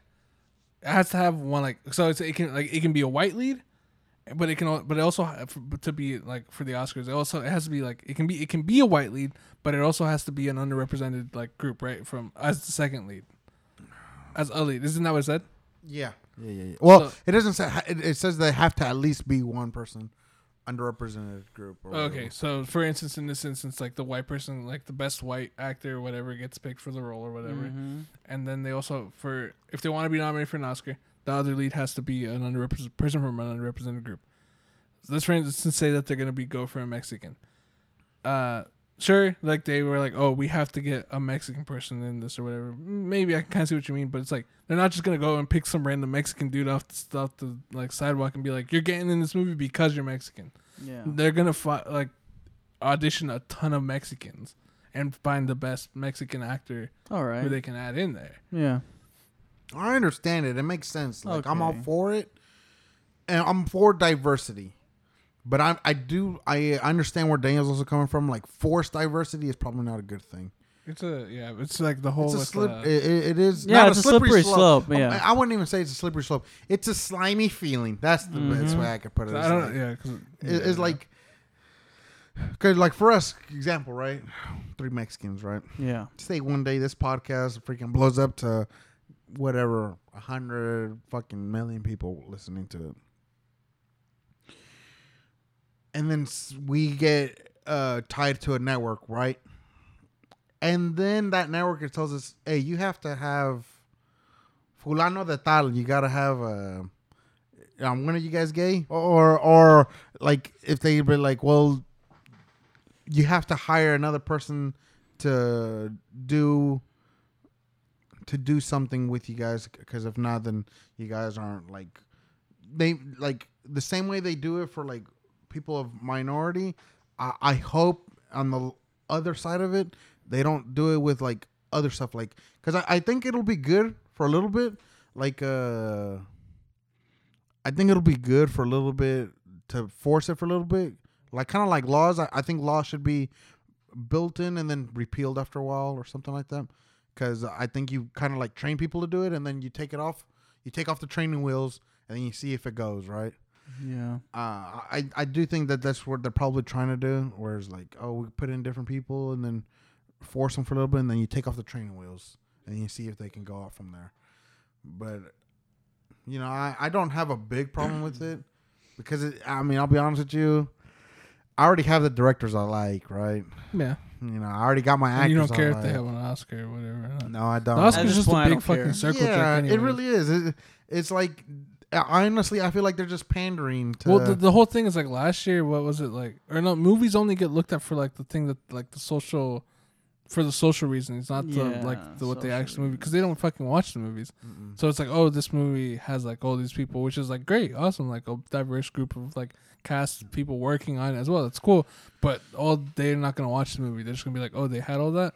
it has to have one like so it's, it can like it can be a white lead, but it can al- but it also ha- f- to be like for the Oscars it also it has to be like it can be it can be a white lead, but it also has to be an underrepresented like group right from as the second lead, as a lead. Isn't that what it said?
Yeah. Yeah, yeah, yeah. Well,
So-
it doesn't say. It, it says they have to at least be one person, underrepresented group. Or
Okay, so for instance, in this instance, like the white person, like the best white actor or whatever, gets picked for the role or whatever,
Mhm.
and then they also for if they want to be nominated for an Oscar, the other lead has to be an underrepresented person from an underrepresented group. So let's for instance say that they're gonna be go for a Mexican. Uh, sure, like they were like, oh, we have to get a Mexican person in this or whatever. Maybe I can kind of see what you mean, but it's like they're not just gonna go and pick some random Mexican dude off the, off the like sidewalk and be like, you're getting in this movie because you're Mexican
yeah,
they're gonna fi- like audition a ton of Mexicans and find the best Mexican actor
all
who
right,
they can add in there.
yeah,
whatever. I understand it. It makes sense. Like I'm all
Okay.
for it, and I'm for diversity. But I, I do, I understand where Daniel's also coming from. Like forced diversity is probably not a good thing.
It's a yeah, it's like the whole
It's a
with,
slip.
uh,
it, it- it is.
Yeah,
not
it's
a
a
slippery,
slippery
slope.
slope, yeah.
I, I wouldn't even say it's a slippery slope. It's a slimy feeling. That's the best way I could put it.
I
It's
don't
like-
yeah, 'cause-
It-
yeah.
It's like, cause like for us, example, right? Three Mexicans, right?
yeah.
Say one day this podcast freaking blows up to whatever a hundred fucking million people listening to it, and then s- we get uh, tied to a network, right? And then that network tells us, "Hey, you have to have fulano de tal. You gotta have a." Um, when are you guys gay? Or, or like if they be like, well, you have to hire another person to do to do something with you guys because if not, then you guys aren't like they like the same way they do it for like people of minority. I, I hope on the other side of it, they don't do it with like other stuff like because I, I think it'll be good for a little bit like uh I think it'll be good for a little bit to force it for a little bit. Like kind of like laws. I, I think laws should be built in and then repealed after a while or something like that. Because I think you kind of like train people to do it and then you take it off, you take off the training wheels and then you see if it goes right.
Yeah.
Uh, I I do think that that's what they're probably trying to do. Whereas like, oh, we put in different people and then force them for a little bit, and then you take off the training wheels and you see if they can go out from there. But you know, I I don't have a big problem with it because it, I mean, I'll be honest with you, I already have the directors I like, right?
Yeah.
You know, I already got my actors.
And you don't
I
care if they
like.
have an Oscar or whatever. or not.
No, I
The
don't.
At
Oscar's
this
just
point, I
a big
don't care.
fucking circle
yeah,
jerk.
it
anyways.
really is. It, it's like I- honestly, I feel like they're just pandering to.
Well, the, the whole thing is like last year. What was it like? Or no, movies only get looked at for like the thing that like the social, for the social reasons, not the
Yeah,
like the, what they
social
actually movie because they don't fucking watch the movies.
Mm-mm.
So it's like, oh, this movie has like all these people, which is like great, awesome, like a diverse group of like cast people working on it as well. That's cool. But all they're not gonna watch the movie. They're just gonna be like, oh, they had all that.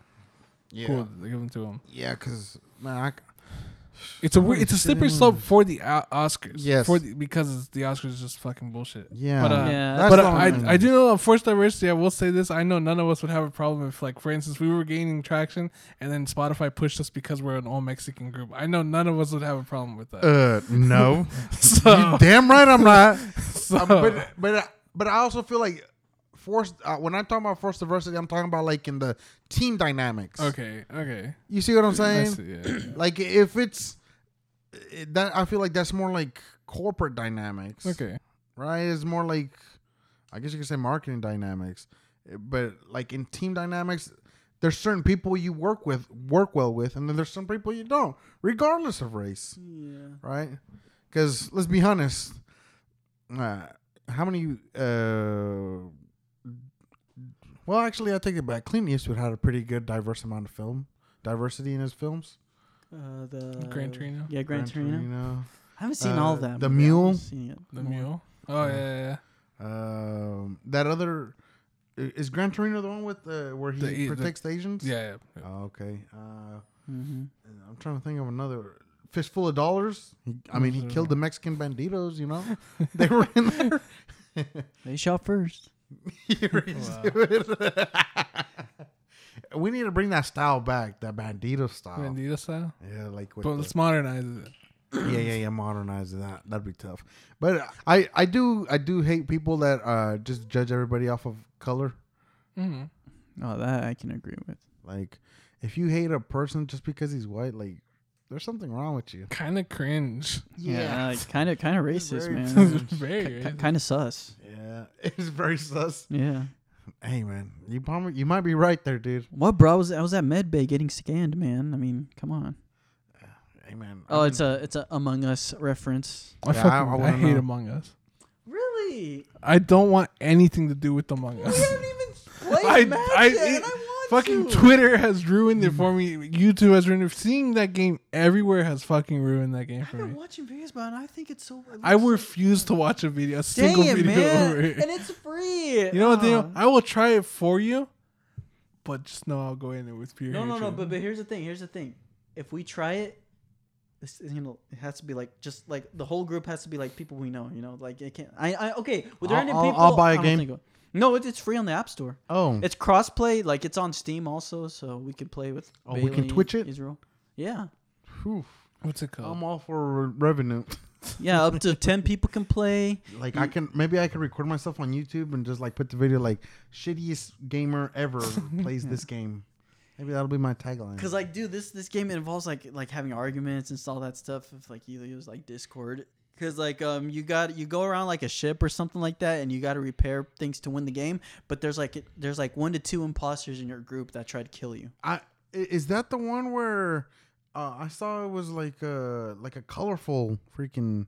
yeah.
Cool, they give them to them.
Yeah, because man, I,
It's a
Holy
weird, it's a
shit,
slippery
it
slope
was.
for the o- Oscars.
Yes.
for the, because it's- the Oscars is just fucking bullshit.
yeah,
But, uh,
Yeah,
that's
but
the
I,
one.
I do know that forced diversity. I will say this: I know none of us would have a problem if, like, for instance, we were gaining traction and then Spotify pushed us because we're an all Mexican group. I know none of us would have a problem with that.
Uh, *laughs* no,
*laughs* so,
you damn right I'm *laughs* not.
so-
Uh, but but but I also feel like forced. Uh, when I'm talking about forced diversity, I'm talking about like in the team dynamics.
okay, okay,
you see what I'm
I
saying?
see, yeah. *clears throat*
Like if it's it, that, I feel like that's more like corporate dynamics.
okay.
right? It's more like, I guess you could say marketing dynamics, Uh, but like in team dynamics, there's certain people you work with, work well with, and then there's some people you don't, regardless of race,
Yeah.
right? Because let's be honest, uh, how many? Uh, well, actually, I take it back. Clint Eastwood had a pretty good diverse amount of film diversity in his films.
Uh, the
Gran Torino?
Yeah, Gran Torino.
Torino,
I haven't seen all of
Uh,
that.
The
movie. I haven't
Mule?
Seen it. Uh,
The
more.
mule. Oh yeah,
Yeah.
yeah, yeah.
Um, that other i- is Gran Torino the one with uh, where he
The- e-, the-
protects the Asians.
yeah, yeah.
Oh, okay. Uh,
Mhm.
I'm trying to think of another fistful of dollars. He, I mean, he
Mhm.
killed the Mexican banditos. You know, *laughs* they were in there. *laughs*
They shot first.
You already
Wow.
see it. *laughs* we need to bring that style back, that bandito
uh,
style.
Bandito style.
Yeah, like with
But
the-
let's modernize it.
*clears throat* yeah, yeah, yeah. Modernize that. That'd be tough. But I, I do, I do hate people that uh, just judge everybody off of color.
Mm-hmm.
Oh, that I can agree with.
Like, if you hate a person just because he's white, like, there's something wrong with you.
Kind of cringe. *laughs*
like, kind of, kind of Uh, racist,
very
man.
Very. racist.
kind of sus.
Yeah, *laughs* it's very sus.
Yeah.
Hey, man, you probably, you might be right there, dude.
What, bro? I was, I was at medbay getting scanned, man. I mean, come on.
Hey, man.
Oh, it's a, it's a Among Us reference.
I
Yeah, I-
fucking
I
I,
wanna
hate
know.
Among Us.
Really?
I don't want anything to do with Among Us.
even
*laughs*
played
I- Match I- yet, and I Fucking Twitter has ruined
Mm.
it for me. YouTube has ruined it. Seeing that game everywhere has fucking ruined that game
I've
for
been
me.
watching videos about it. I think it's so. it
I
looks
refuse to watch a video, a
so- Dang
single
it,
video
man!
over it.
And it's free.
You know what,
Oh.
Daniel? I will try it for you, but just know I'll go in it with pure
No, no, no.
hatred.
But but here's the thing. Here's the thing. If we try it, this is, you know it has to be like just like the whole group has to be like people we know. You know, like it can't. I, I okay. With
I'll-
random
I'll-
people,
I'll buy a
I don't
game.
think it- no, it, it's free on the App Store.
oh,
It's crossplay. Like it's on Steam also, so we could play with.
Oh, we can
Bailey,
Twitch it?
Israel. Yeah,
whew,
What's it called?
I'm all for re- revenue. *laughs*
yeah. Up to *laughs* ten people can play.
Like, I can maybe I could record myself on YouTube and just like put the video like shittiest gamer
*laughs*
ever plays this game. Maybe that'll be my tagline.
Cause like, dude, this this game involves like like having arguments and all that stuff. If like you use like Discord, cause like um you got you go around like a ship or something like that, and you got to repair things to win the game. But there's like there's like one to two imposters in your group that try to kill you.
I i- is that the one where uh, I saw it was like a like a colorful freaking.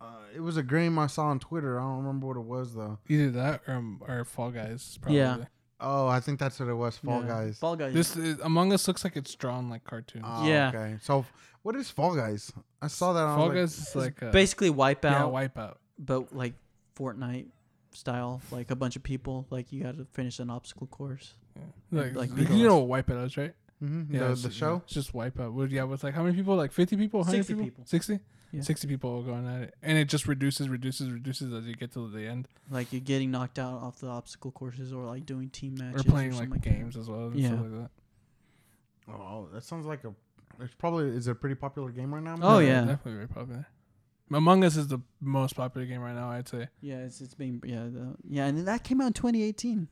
Uh, it was a game I saw on Twitter. I don't remember what it was though.
Either that or, um, or Fall Guys. Probably.
Yeah.
Oh, I think that's what it was. Fall
Yeah.
Guys.
Fall Guys.
This is, Among Us looks like it's drawn like cartoons.
Oh,
Yeah.
Okay. So what is Fall Guys? I saw that.
Fall
on
Guys is like a,
basically wipeout,
yeah, Wipeout.
but like Fortnite style. Like a bunch of people, like you got to finish an obstacle course.
Yeah. Like,
like
you
League of
know what Wipeout is, right?
Mm-hmm.
Yeah,
the,
it's-
the show.
It's just wipeout. Well, yeah, with like how many people? Like fifty people, 100
60
people,
people.
sixty.
Yeah.
60 people were going at it. And it just reduces, reduces, reduces as you get to the end.
Like you're getting knocked out off the obstacle courses or like doing team matches
We're playing like
something
games as well. And
Yeah.
stuff like that.
Oh, that sounds like a. It's probably is it a pretty popular game right now.
Oh,
Yeah,
yeah.
Definitely very popular. Among Us is the most popular game right now, I'd say.
That. Yeah, it's it's being yeah the, yeah, and that came out in 2018.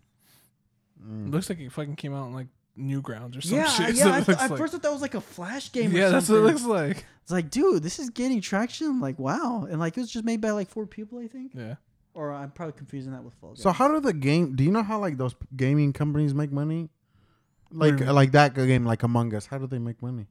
Mm.
looks like it fucking came out in like Newgrounds or some
yeah,
shit. *laughs*
yeah.
So it
I th-
looks
at
like-
first I thought it was like a flash game.
yeah,
or
that's what it
something.
looks like.
It's like, dude, this is getting traction. Like, wow, and like it was just made by like four people, I think.
Yeah.
Or I'm probably confusing that with Fall Guys.
So how do the game? Do you know how like those p- gaming companies make money?
What do
Like
you mean?
like that game, like Among Us. How do they make money?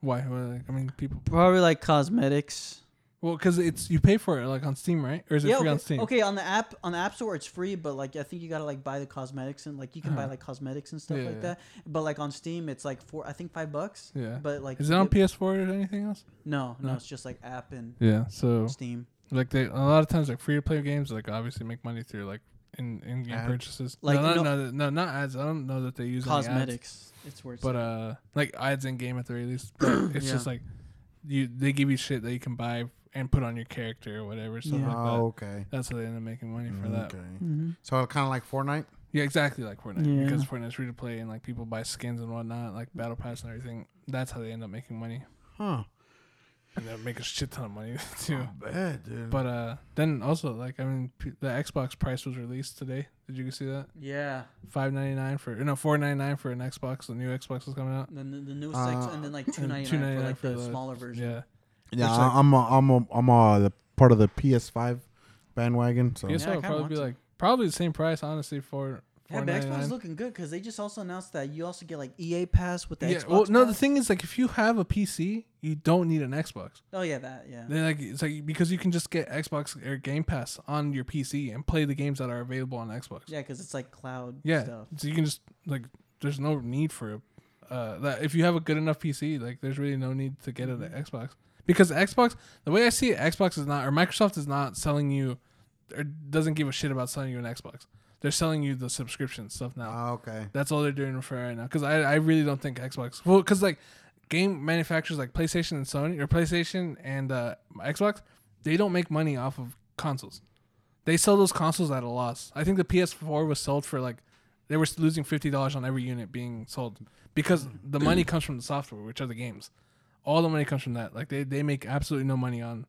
Why? Why, like, I mean, people.
probably like cosmetics.
Well, because it's you pay for it like on Steam, right? Or is it
yeah,
free
okay,
on Steam?
okay, on the app on the app store it's free, but like I think you gotta like buy the cosmetics and like you can buy
Uh-huh.
like cosmetics and stuff
Yeah,
like
yeah.
that. But like on Steam it's like four I think five bucks.
Yeah.
But like
Is it on
you-
PS4 or anything else?
No, no,
No. Oh.
it's just like app and
Yeah. So
Steam.
like they a lot of times like free to play games like obviously make money through like in in game
Ads.
purchases.
Like,
Like
no-
no, no, no, no, not ads. I don't know that they use any ads,
Cosmetics. It's where it's
but uh, like ads in game at the very least.
*clears throat*
But it's
Yeah.
just like you they give you shit that you can buy and put on your character or whatever. Something
Yeah.
like
Oh,
that.
okay.
That's how they end up making money for that.
Okay.
hmm
So kind of like Fortnite.
Yeah, exactly like Fortnite
Yeah.
because Fortnite's free to play and like people buy skins and whatnot, like battle pass and everything. That's how they end up making money
*laughs* Huh.
and they make a shit ton of money *laughs* too.
Bad dude.
But uh, then also like I mean, p- the Xbox price was released today. Did you see that?
Yeah.
Five ninety nine for no four ninety nine for an Xbox. The new Xbox is coming out.
Then the, the new six
Uh,
and then like
and
two ninety nine for
2.99
like
for
the
the-
smaller version.
Yeah,
yeah,
looks
I-
like-
I'm a, I'm a, I'm a, the part of the PS5 bandwagon. So
PS4
Yeah, I
would
kinda
probably
want
be
to.
like probably the same price honestly for.
Yeah,
four
but
ninety
Xbox
nine.
is looking good because they just also announced that you also get like EA Pass with the
Yeah,
Xbox.
well, no. The
Pass.
thing is, like, if you have a PC, you don't need an Xbox.
oh yeah, that yeah.
Then like it's like because you can just get Xbox or Game Pass on your PC and play the games that are available on Xbox.
Yeah, because it's like cloud
Yeah,
stuff.
so you can just like there's no need for uh that if you have a good enough PC, like there's really no need to get an
Mm-hmm.
Xbox because Xbox the way I see it, Xbox is not or Microsoft is not selling you or doesn't give a shit about selling you an Xbox. They're selling you the subscription stuff now.
Ah, okay.
That's all they're doing for right now. Because I, I really don't think Xbox. Well, because like game manufacturers like PlayStation and Sony or PlayStation and uh, Xbox, they don't make money off of consoles. They sell those consoles at a loss. I think the PS4 was sold for like they were losing fifty dollars on every unit being sold because the money comes from the software, which are the games. All the money comes from that. Like they, they make absolutely no money on,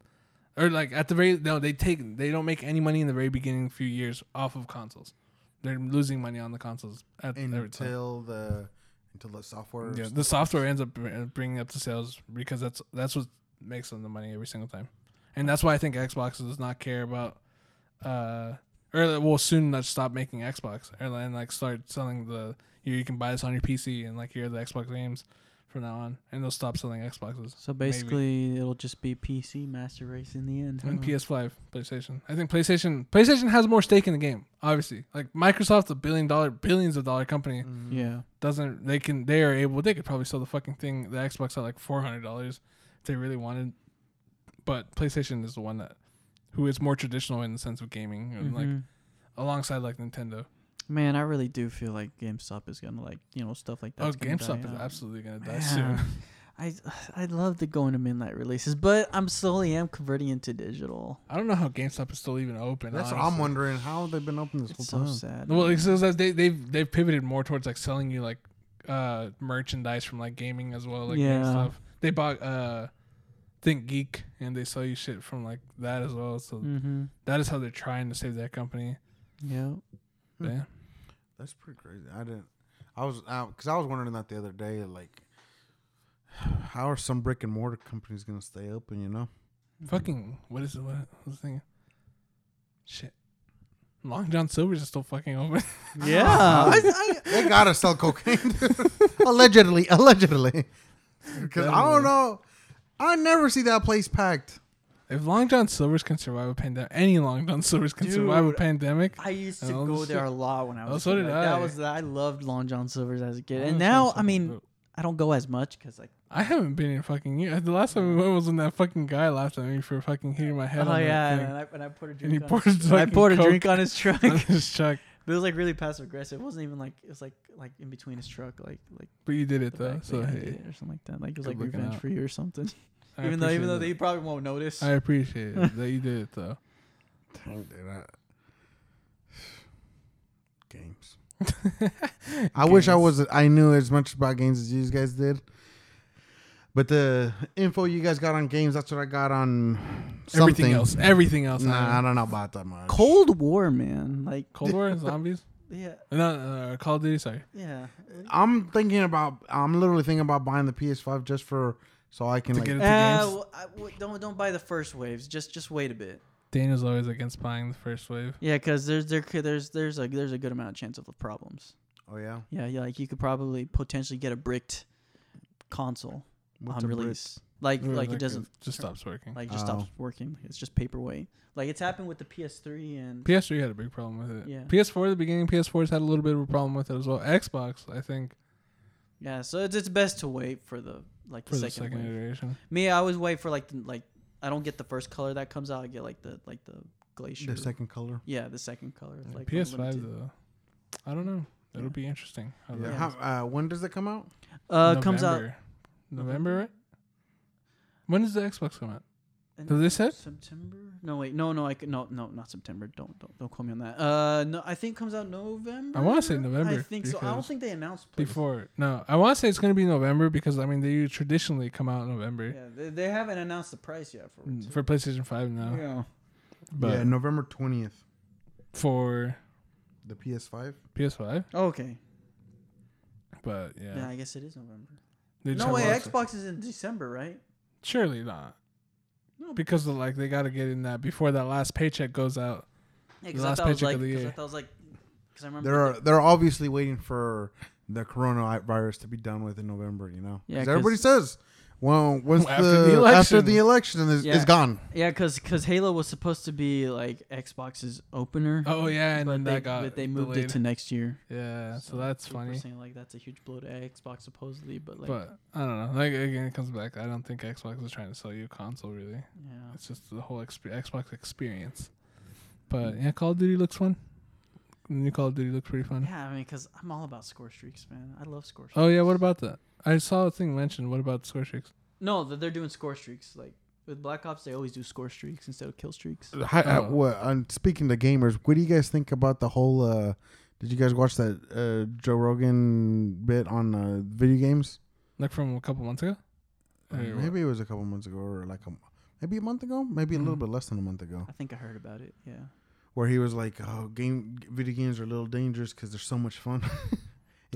or like at the very no they take they don't make any money in the very beginning few years off of consoles. They're losing money on the consoles at every time.
Until the until the software.
Yeah, the software ends up br- uh, bringing up the sales because that's that's what makes them the money every single time, and that's why I think Xbox does not care about, uh, or that will soon not stop making Xbox and then like start selling the here you can buy this on your PC and like here are the Xbox games from now on, and they'll stop selling Xboxes
So
Maybe.
basically, it'll just be PC master race in the end.
and
huh?
PS5, PlayStation. I think PlayStation PlayStation has more stake in the game, obviously. Like Microsoft, a billion dollar billions of dollar
Mm-hmm.
company,
yeah,
doesn't they can they are able they could probably sell the fucking thing the Xbox at like four hundred dollars if they really wanted, but PlayStation is the one that who is more traditional in the sense of gaming and like
Mhm.
alongside like Nintendo.
man, I really do feel like GameStop is gonna like you know stuff like that.
oh, GameStop is absolutely gonna die soon.
*laughs* I I love the going to midnight releases, but I'm slowly am converting into digital.
I don't know how GameStop is still even open.
That's what I'm
honestly.
wondering. How they've been open this
It's so
whole time?
sad.
Well,
man.
it's just that they they've they've pivoted more towards like selling you like uh merchandise from like gaming as well, like
Yeah.
yeah. stuff. They bought uh Think Geek and they sell you shit from like that as well. So
Mhm.
that is how they're trying to save
Mm.
that company.
Yeah.
Hmm.
Yeah.
That's pretty crazy. I didn't. I was out because I was wondering that the other day. Like, *sighs* how are some brick and mortar companies gonna stay open? You know.
Fucking what is it? What was the thing? Shit. Long John Silver's is still fucking open. *laughs*
Yeah.
I- They gotta sell cocaine. allegedly, allegedly. Because I
Definitely.
don't know. I never see that place packed.
if Long John Silver's can survive a pandemic, any Long John Silver's can survive a
Dude.
pandemic.
I used to
And all
go
this
there
shit.
a lot when I
Oh,
was. a
so
kid.
did
Like,
I.
That was I loved Long John Silver's as a kid, and
Long John
now I
Silver's
mean
dope.
I don't go as much because like
I haven't been in fucking years. The last time we went was when that fucking guy laughed at me for fucking hitting my head.
oh
on that
yeah,
thing.
and I, and I put a
and
drink.
he
on
poured
his, *laughs*
his
I
*laughs* fucking
poured a
Coke
drink on his truck.
on his truck.
But it was like really passive aggressive. It wasn't even like it was like like in between his truck, like like
But you did it
the
though,
back
so
thing I
hey,
did or something like that. Like it was
Good
like
looking
revenge
out.
for you or something. *laughs*
I
even though even
appreciate
though
that.
they probably won't notice. *laughs*
I appreciate it that you did it though.
Dang, dude, I- *sighs* games. I wish I
Games.
was. I knew as much about games as you guys did. But the info you guys got on games, that's what I got on
Everything
something.
else, everything else. I
Nah, I
had.
don't know about that much.
Cold War, man. Like
*laughs*
Cold War zombies. Uh,
yeah,
No, no, no, Call of Duty. Sorry.
yeah.
I'm thinking about. I'm literally thinking about buying the PS5 just for so I can
To
like.
get
Uh,
into games.
well, I- well, don't don't buy the first waves. Just just wait a bit.
Daniel's always against buying the first wave.
Yeah, because there's there could- there's there's a there's a good amount of chance of problems.
oh yeah,
Yeah, yeah. Like you could probably potentially get a bricked console
What's
on
a brick?
release. Like
Or,
like it doesn't
just stops working.
like just
Oh.
stops working. It's just paperweight. Like it's happened with the PS3 and
PS3 had a big problem with it.
Yeah.
PS4 at the beginning, PS4's had a little bit of a problem with it as well. Xbox, I think,
yeah. So it's it's best to wait for the like
for
the
the
second,
second
wave.
iteration.
Me, I always wait for like the, like I don't get the first color that comes out. I get like the like the glacier.
the second color.
yeah, the second color.
Yeah,
Like
PS5
unlimited.
though, I don't know. It'll
Yeah.
be interesting. how
Yeah.
Oh, that goes.
How, uh, when does it come out?
Uh, comes out
November. November, right? When does the Xbox come out?
in
Did they say?
September? No, wait, no, no, I could, no, no, not September. Don't, don't, don't call me on that. Uh, no, I think comes out November.
I wanna say
I
November,
think so. I don't
because
think they announced place.
Before? No, I want to say it's going to be November because I mean they traditionally come out in November
Yeah, they, they haven't announced the price yet for it.
Mm, for PlayStation Five now,
yeah.
but
yeah, November twentieth.
for
The PS5.
PS Five.
Oh, Okay.
But
Yeah.
yeah,
I guess it is November.
They just
no
have
way,
lots of-
Xbox is in December, right?
Surely not.
No.
Because of, like they gotta get in that before that last paycheck goes out.
Yeah,
The
because I
last
thought it was
paycheck
like,
of the
because I
year.
thought it was like, because I remember.
They're
that-
they're obviously waiting for the coronavirus to be done with in November. You know,
Yeah,
'Cause everybody
'cause-
says, "Well, once
After
the,
the
after
election."
the election is
Yeah.
is gone."
yeah, because Halo was supposed to be like Xbox's opener.
Oh yeah, and
but
then
they,
that got
but they moved
delayed.
it to next year.
Yeah, so, that's
people are
funny.
Saying like that's a huge blow to Xbox supposedly, but like
but I don't know. Like again, it comes back. I don't think Xbox is trying to sell you a console. Really,
yeah.
it's just the whole exp- Xbox experience.
Mm-hmm.
But yeah, Call of Duty looks fun. The new Call of Duty looks pretty fun.
Yeah, I mean, because I'm all about score streaks, man. I love score streaks.
Oh yeah, what about that? I saw a thing mentioned. What about Score Streaks?
No, that they're doing score streaks. Like with Black Ops, they always do score streaks instead of kill streaks.
Hi, uh,
Oh.
what, I'm speaking to gamers. What do you guys think about the whole? Uh, did you guys watch that uh, Joe Rogan bit on uh, video games?
Like from a couple months ago. Or what?
Uh, Maybe it was a couple months ago, or like a m- maybe a month ago, maybe a little
Mhm.
bit less than a month ago,
I think I heard about it. Yeah.
where he was like, "Oh, game video games are a little dangerous because they're so much fun." *laughs*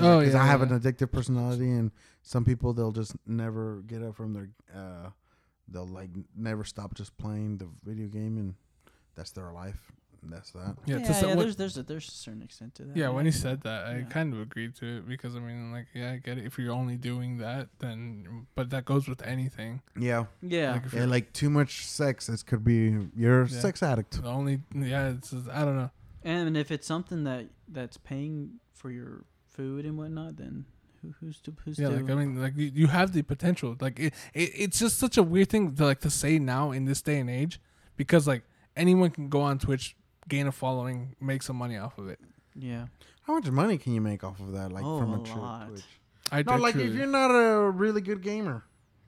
Oh,
because
yeah,
I have
yeah.
an addictive personality, and some people they'll just never get up from their. Uh, they'll like never stop just playing the video game, and that's their life. And that's that.
Yeah,
yeah,
to se- what-
there's there's a, there's a certain extent to that.
Yeah, when he said that, I
Yeah.
kind of agreed to it because I mean, like, yeah, I get it. If you're only doing that, then but that goes with anything.
Yeah.
Yeah.
Like, if
Yeah,
you're
like too much sex. It could be you're a
Yeah.
sex addict.
the only, yeah, it's just, I don't know.
and if it's something that that's paying for your food and whatnot, then who, who's to who's
yeah,
to?
like I mean, like you, you have the potential. Like it, it, it's just such a weird thing to like to say now in this day and age because like anyone can go on Twitch, gain a following, make some money off of it.
yeah.
How much money can you make off of that? Like
Oh,
from a,
a
tr-
lot.
Twitch?
I
No,
do
like if
truly-
you're not a really good gamer.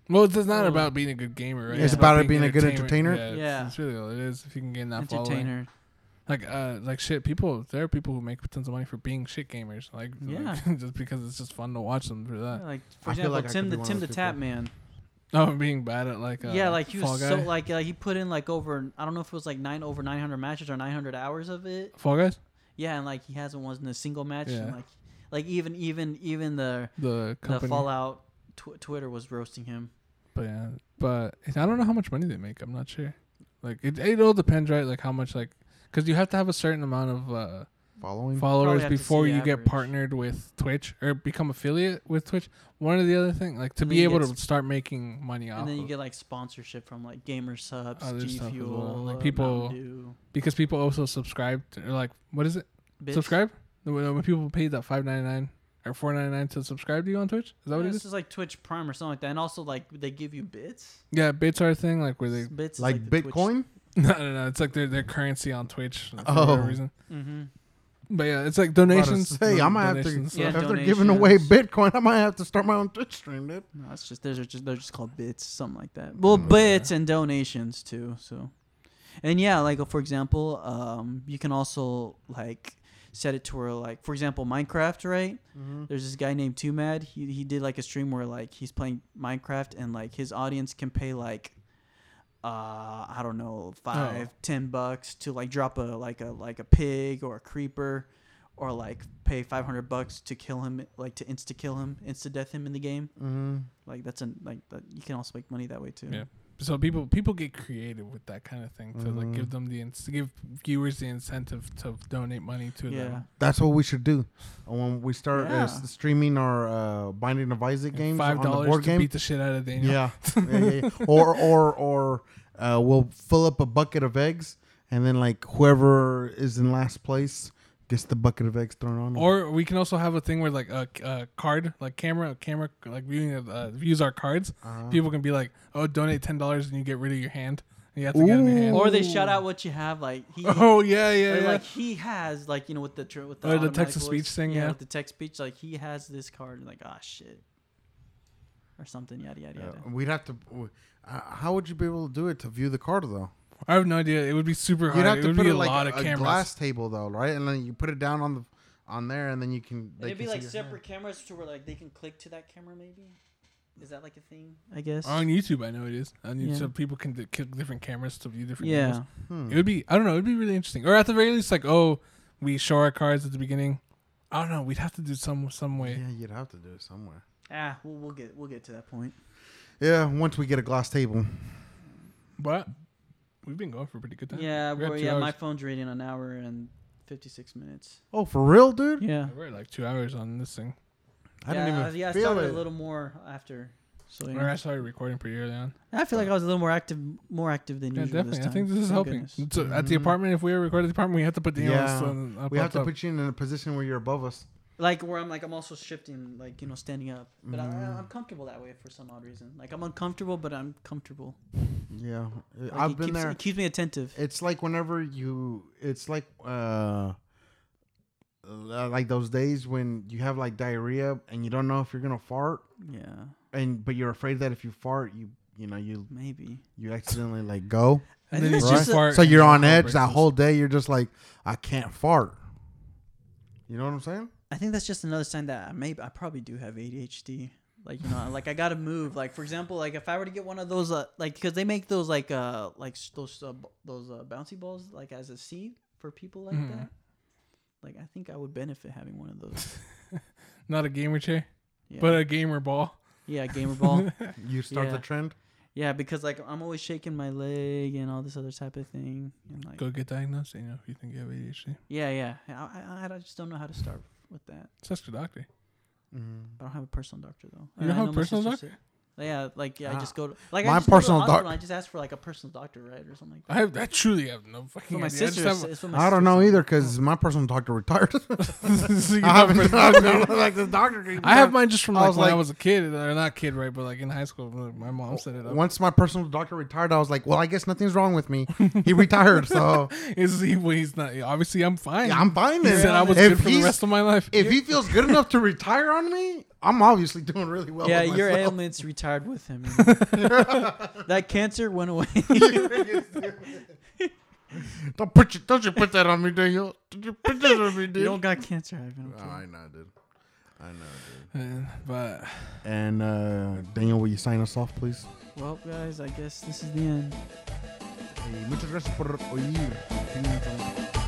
well, it's not
Oh.
about being a good gamer. Right?
It's
about it being a good entertainer?
Yeah, it's-
Yeah.
it's really all it is. If you can gain that following.
Entertainer.
like uh like shit people there are people who make tons of money for being shit gamers like
Yeah.
like, *laughs* just because it's just fun to watch them for
Yeah,
that *laughs*
like for
I feel
example,
like I could
Tim
be
the
one of
Tim the
those
Tap
people.
Man.
no I'm being bad at like uh,
yeah, like he
Fall
was
Guy.
so like uh, he put in like over I don't know if it was like nine over 900 matches or 900 hours of it.
Fall Guys
Yeah, and like he hasn't won in a single match. And
Yeah.
like, like even even even the
the company
the Fallout tw- Twitter was roasting him.
but yeah but I don't know how much money they make I'm not sure like it it all depends right like how much like because you have to have a certain amount of uh,
Following.
followers
have to see
before
the
you get
average.
partnered with Twitch or become affiliate with Twitch one or the other thing like to
And
be
then you
able
get
to start making money off
and then you
of-
get like sponsorship from like Gamer Subs,
Oh. Other
G
stuff as
Fuel,
well, like
uh,
people-
Mountain Dew,
because people also subscribe to, or like what is it
Bitch.
Subscribe? The- When, when people paid that five ninety nine or four ninety nine to subscribe to you on Twitch? Is that
Yeah,
what it
this
is?
is like Twitch Prime or something like that, and also like they give you bits.
Yeah, bits are a thing, like where *laughs* they
bits is
Like,
the Twitch-
Bitcoin?
no no no, it's like their their currency on Twitch for
Oh.
whatever reason.
Mhm.
But yeah, it's like
About to
donations.
Say, I might have
Donations.
to.
Yeah,
if they're giving away
donations.
Bitcoin, I might have to start my own Twitch stream, dude.
No, it's just they're just they're just called bits, something like
Oh,
that. Well, bits and donations too. So, and yeah, like for example, um, you can also like set it to where like for example Minecraft, right? There's this guy named Too Mad. He he did like a stream where like he's playing Minecraft and like his audience can pay like. Uh, I don't know, five, ten bucks to like drop a like a like a pig or a creeper, or like pay five hundred bucks to kill him, like to insta kill him, insta death him in the game
Mm-hmm.
like that's an like that you can also make money that way too.
Yeah. So people people get creative with that kind of thing to like
Mhm.
give them the ins- give viewers the incentive to donate money to
yeah.
them.
That's what we should do. And When we start
Yeah.
uh, s- streaming our uh, Binding of Isaac games
Five
on the
dollars
board
to
game,
beat the shit out of Daniel.
yeah. Yeah, yeah, yeah.
*laughs*
or or or uh, we'll fill up a bucket of eggs, and then like whoever is in last place gets the bucket of eggs thrown on. them.
Or we can also have a thing where like a, a card, like camera, camera, like viewing of, uh, views our cards.
Uh-huh.
People can be like, "Oh, donate ten dollars and you get rid of your hand. And you have to get in your hand."
Or they shout out what you have, like he,
*laughs* oh yeah,
or,
yeah, yeah.
like he has, like you know, with the tr- with Oh, the,
Or the
automatic
text to
voice-
speech thing, yeah.
with the text speech, like he has this card, and like ah shit, or something, yada yada
Yeah,
yada.
we'd have to. w- Uh, how would you be able to do it to view the card though?
I have no idea. It would be super hard.
You'd have
it
to
would
put
be
it
a
like
lot of
a,
cameras.
glass table though, right? And then you put it down on the on there, and then you can.
And it'd be
can
like
see your hand.
separate cameras to where like they can click to that camera, maybe. Is that like a thing? I
*laughs*
guess.
On YouTube, I know it is. On YouTube,
Yeah.
people can d- click different cameras to view different.
yeah,
cameras. It would be. I don't know. It would be really interesting. Or at the very least, like, oh, we show our cards at the beginning. I don't know. We'd have to do some some way.
Yeah, you'd have to do it somewhere.
ah, we'll, we'll get we'll get to that point.
Yeah, once we get a glass table.
But we've been going for a pretty good time.
Yeah,
We're at
well,
two
yeah, my
hours.
phone's reading an hour and fifty six minutes.
Oh, for real, dude?
Yeah,
We're at like two hours on this thing.
I didn't
yeah,
even
yeah, I
feel
started
it.
a little more after. So yeah.
Or I started recording pretty early on.
I feel like I was a little more active, more active than
Yeah,
usual.
definitely.
This
I
time.
think this is
Thank
helping.
goodness.
So At the
Mhm.
apartment, if we ever recorded the apartment, we have to put Daniel
Yeah.
on, up,
We
up,
have to
up.
put you in a position where you're above us.
Like where I'm like I'm also shifting, like you know, standing up. But
Mm.
I, I'm comfortable that way for some odd reason. Like I'm uncomfortable, but I'm comfortable.
Yeah,
Like,
I've
it
been
keeps,
there.
It keeps me attentive.
It's like whenever you, it's like, uh, uh, like those days when you have like diarrhea and you don't know if you're gonna fart,
Yeah,
and but you're afraid that if you fart, you you know you
maybe.
you accidentally like go,
I
And
think
then
it's
you
just
right?
a-
fart
so
and
you're
your
on
heart
edge that
breaks.
whole day. You're just like, I can't fart. You know what I'm saying?
I think that's just another sign that I maybe I probably do have ADHD. Like you know, like I gotta move. Like for example, like if I were to get one of those, uh, like because they make those like uh like s- those uh, b- those uh, bouncy balls like as a seat for people like
Mhm.
that. Like I think I would benefit having one of those.
Not a gamer chair,
Yeah.
*laughs* but uh, a gamer ball.
yeah, gamer ball.
You start
Yeah.
the trend.
yeah, because like I'm always shaking my leg and all this other type of thing. And like
Go get diagnosed, Daniel, if you think you have ADHD.
yeah, yeah. I, I I just don't know how to start with that.
It's ask your doctor. Mm-hmm.
I don't have a personal doctor though.
You don't
I
have a
know my
personal
sister said- Yeah, like yeah, I just go to like
Ah. My
I just go to the
personal
hospital
doc-
and I just ask for like a personal doctor, right, or something like that.
I have. I truly have no
For
fucking.
my
idea. I just
sister,
*laughs* have-
it's what my
I don't
sister
know
said.
either because my personal doctor retired. *laughs*
So *laughs* you
I
have
haven't. *laughs*
personal-
I don't know, like the doctor. can-
I have mine just from
I
like
was
when I
like-
was a kid, or not kid, right? But like in high school, like, my mom set it up. *laughs*
Once my personal doctor retired, I was like, well, I guess nothing's wrong with me. He retired, so
Is he? Well, he's not. Obviously, I'm fine.
yeah, I'm fine.
He
then.
said I was
if
good for the
he's-
rest of my life.
If he feels good enough to retire on me, I'm obviously doing really well.
*laughs* Yeah,
with *laughs*
your
myself.
ailments retired with him. you know.
*laughs*
that cancer went away.
Don't put you, don't you put that on me, Daniel? Don't you put that
*laughs*
on me, dude?
*laughs* you don't got cancer, Ivan.
Oh,
Okay.
I know, dude. I know, dude.
Man, *laughs* but
And uh, Daniel, will you sign us off, please?
Well, guys, I guess this is the end.
muchas gracias por oír.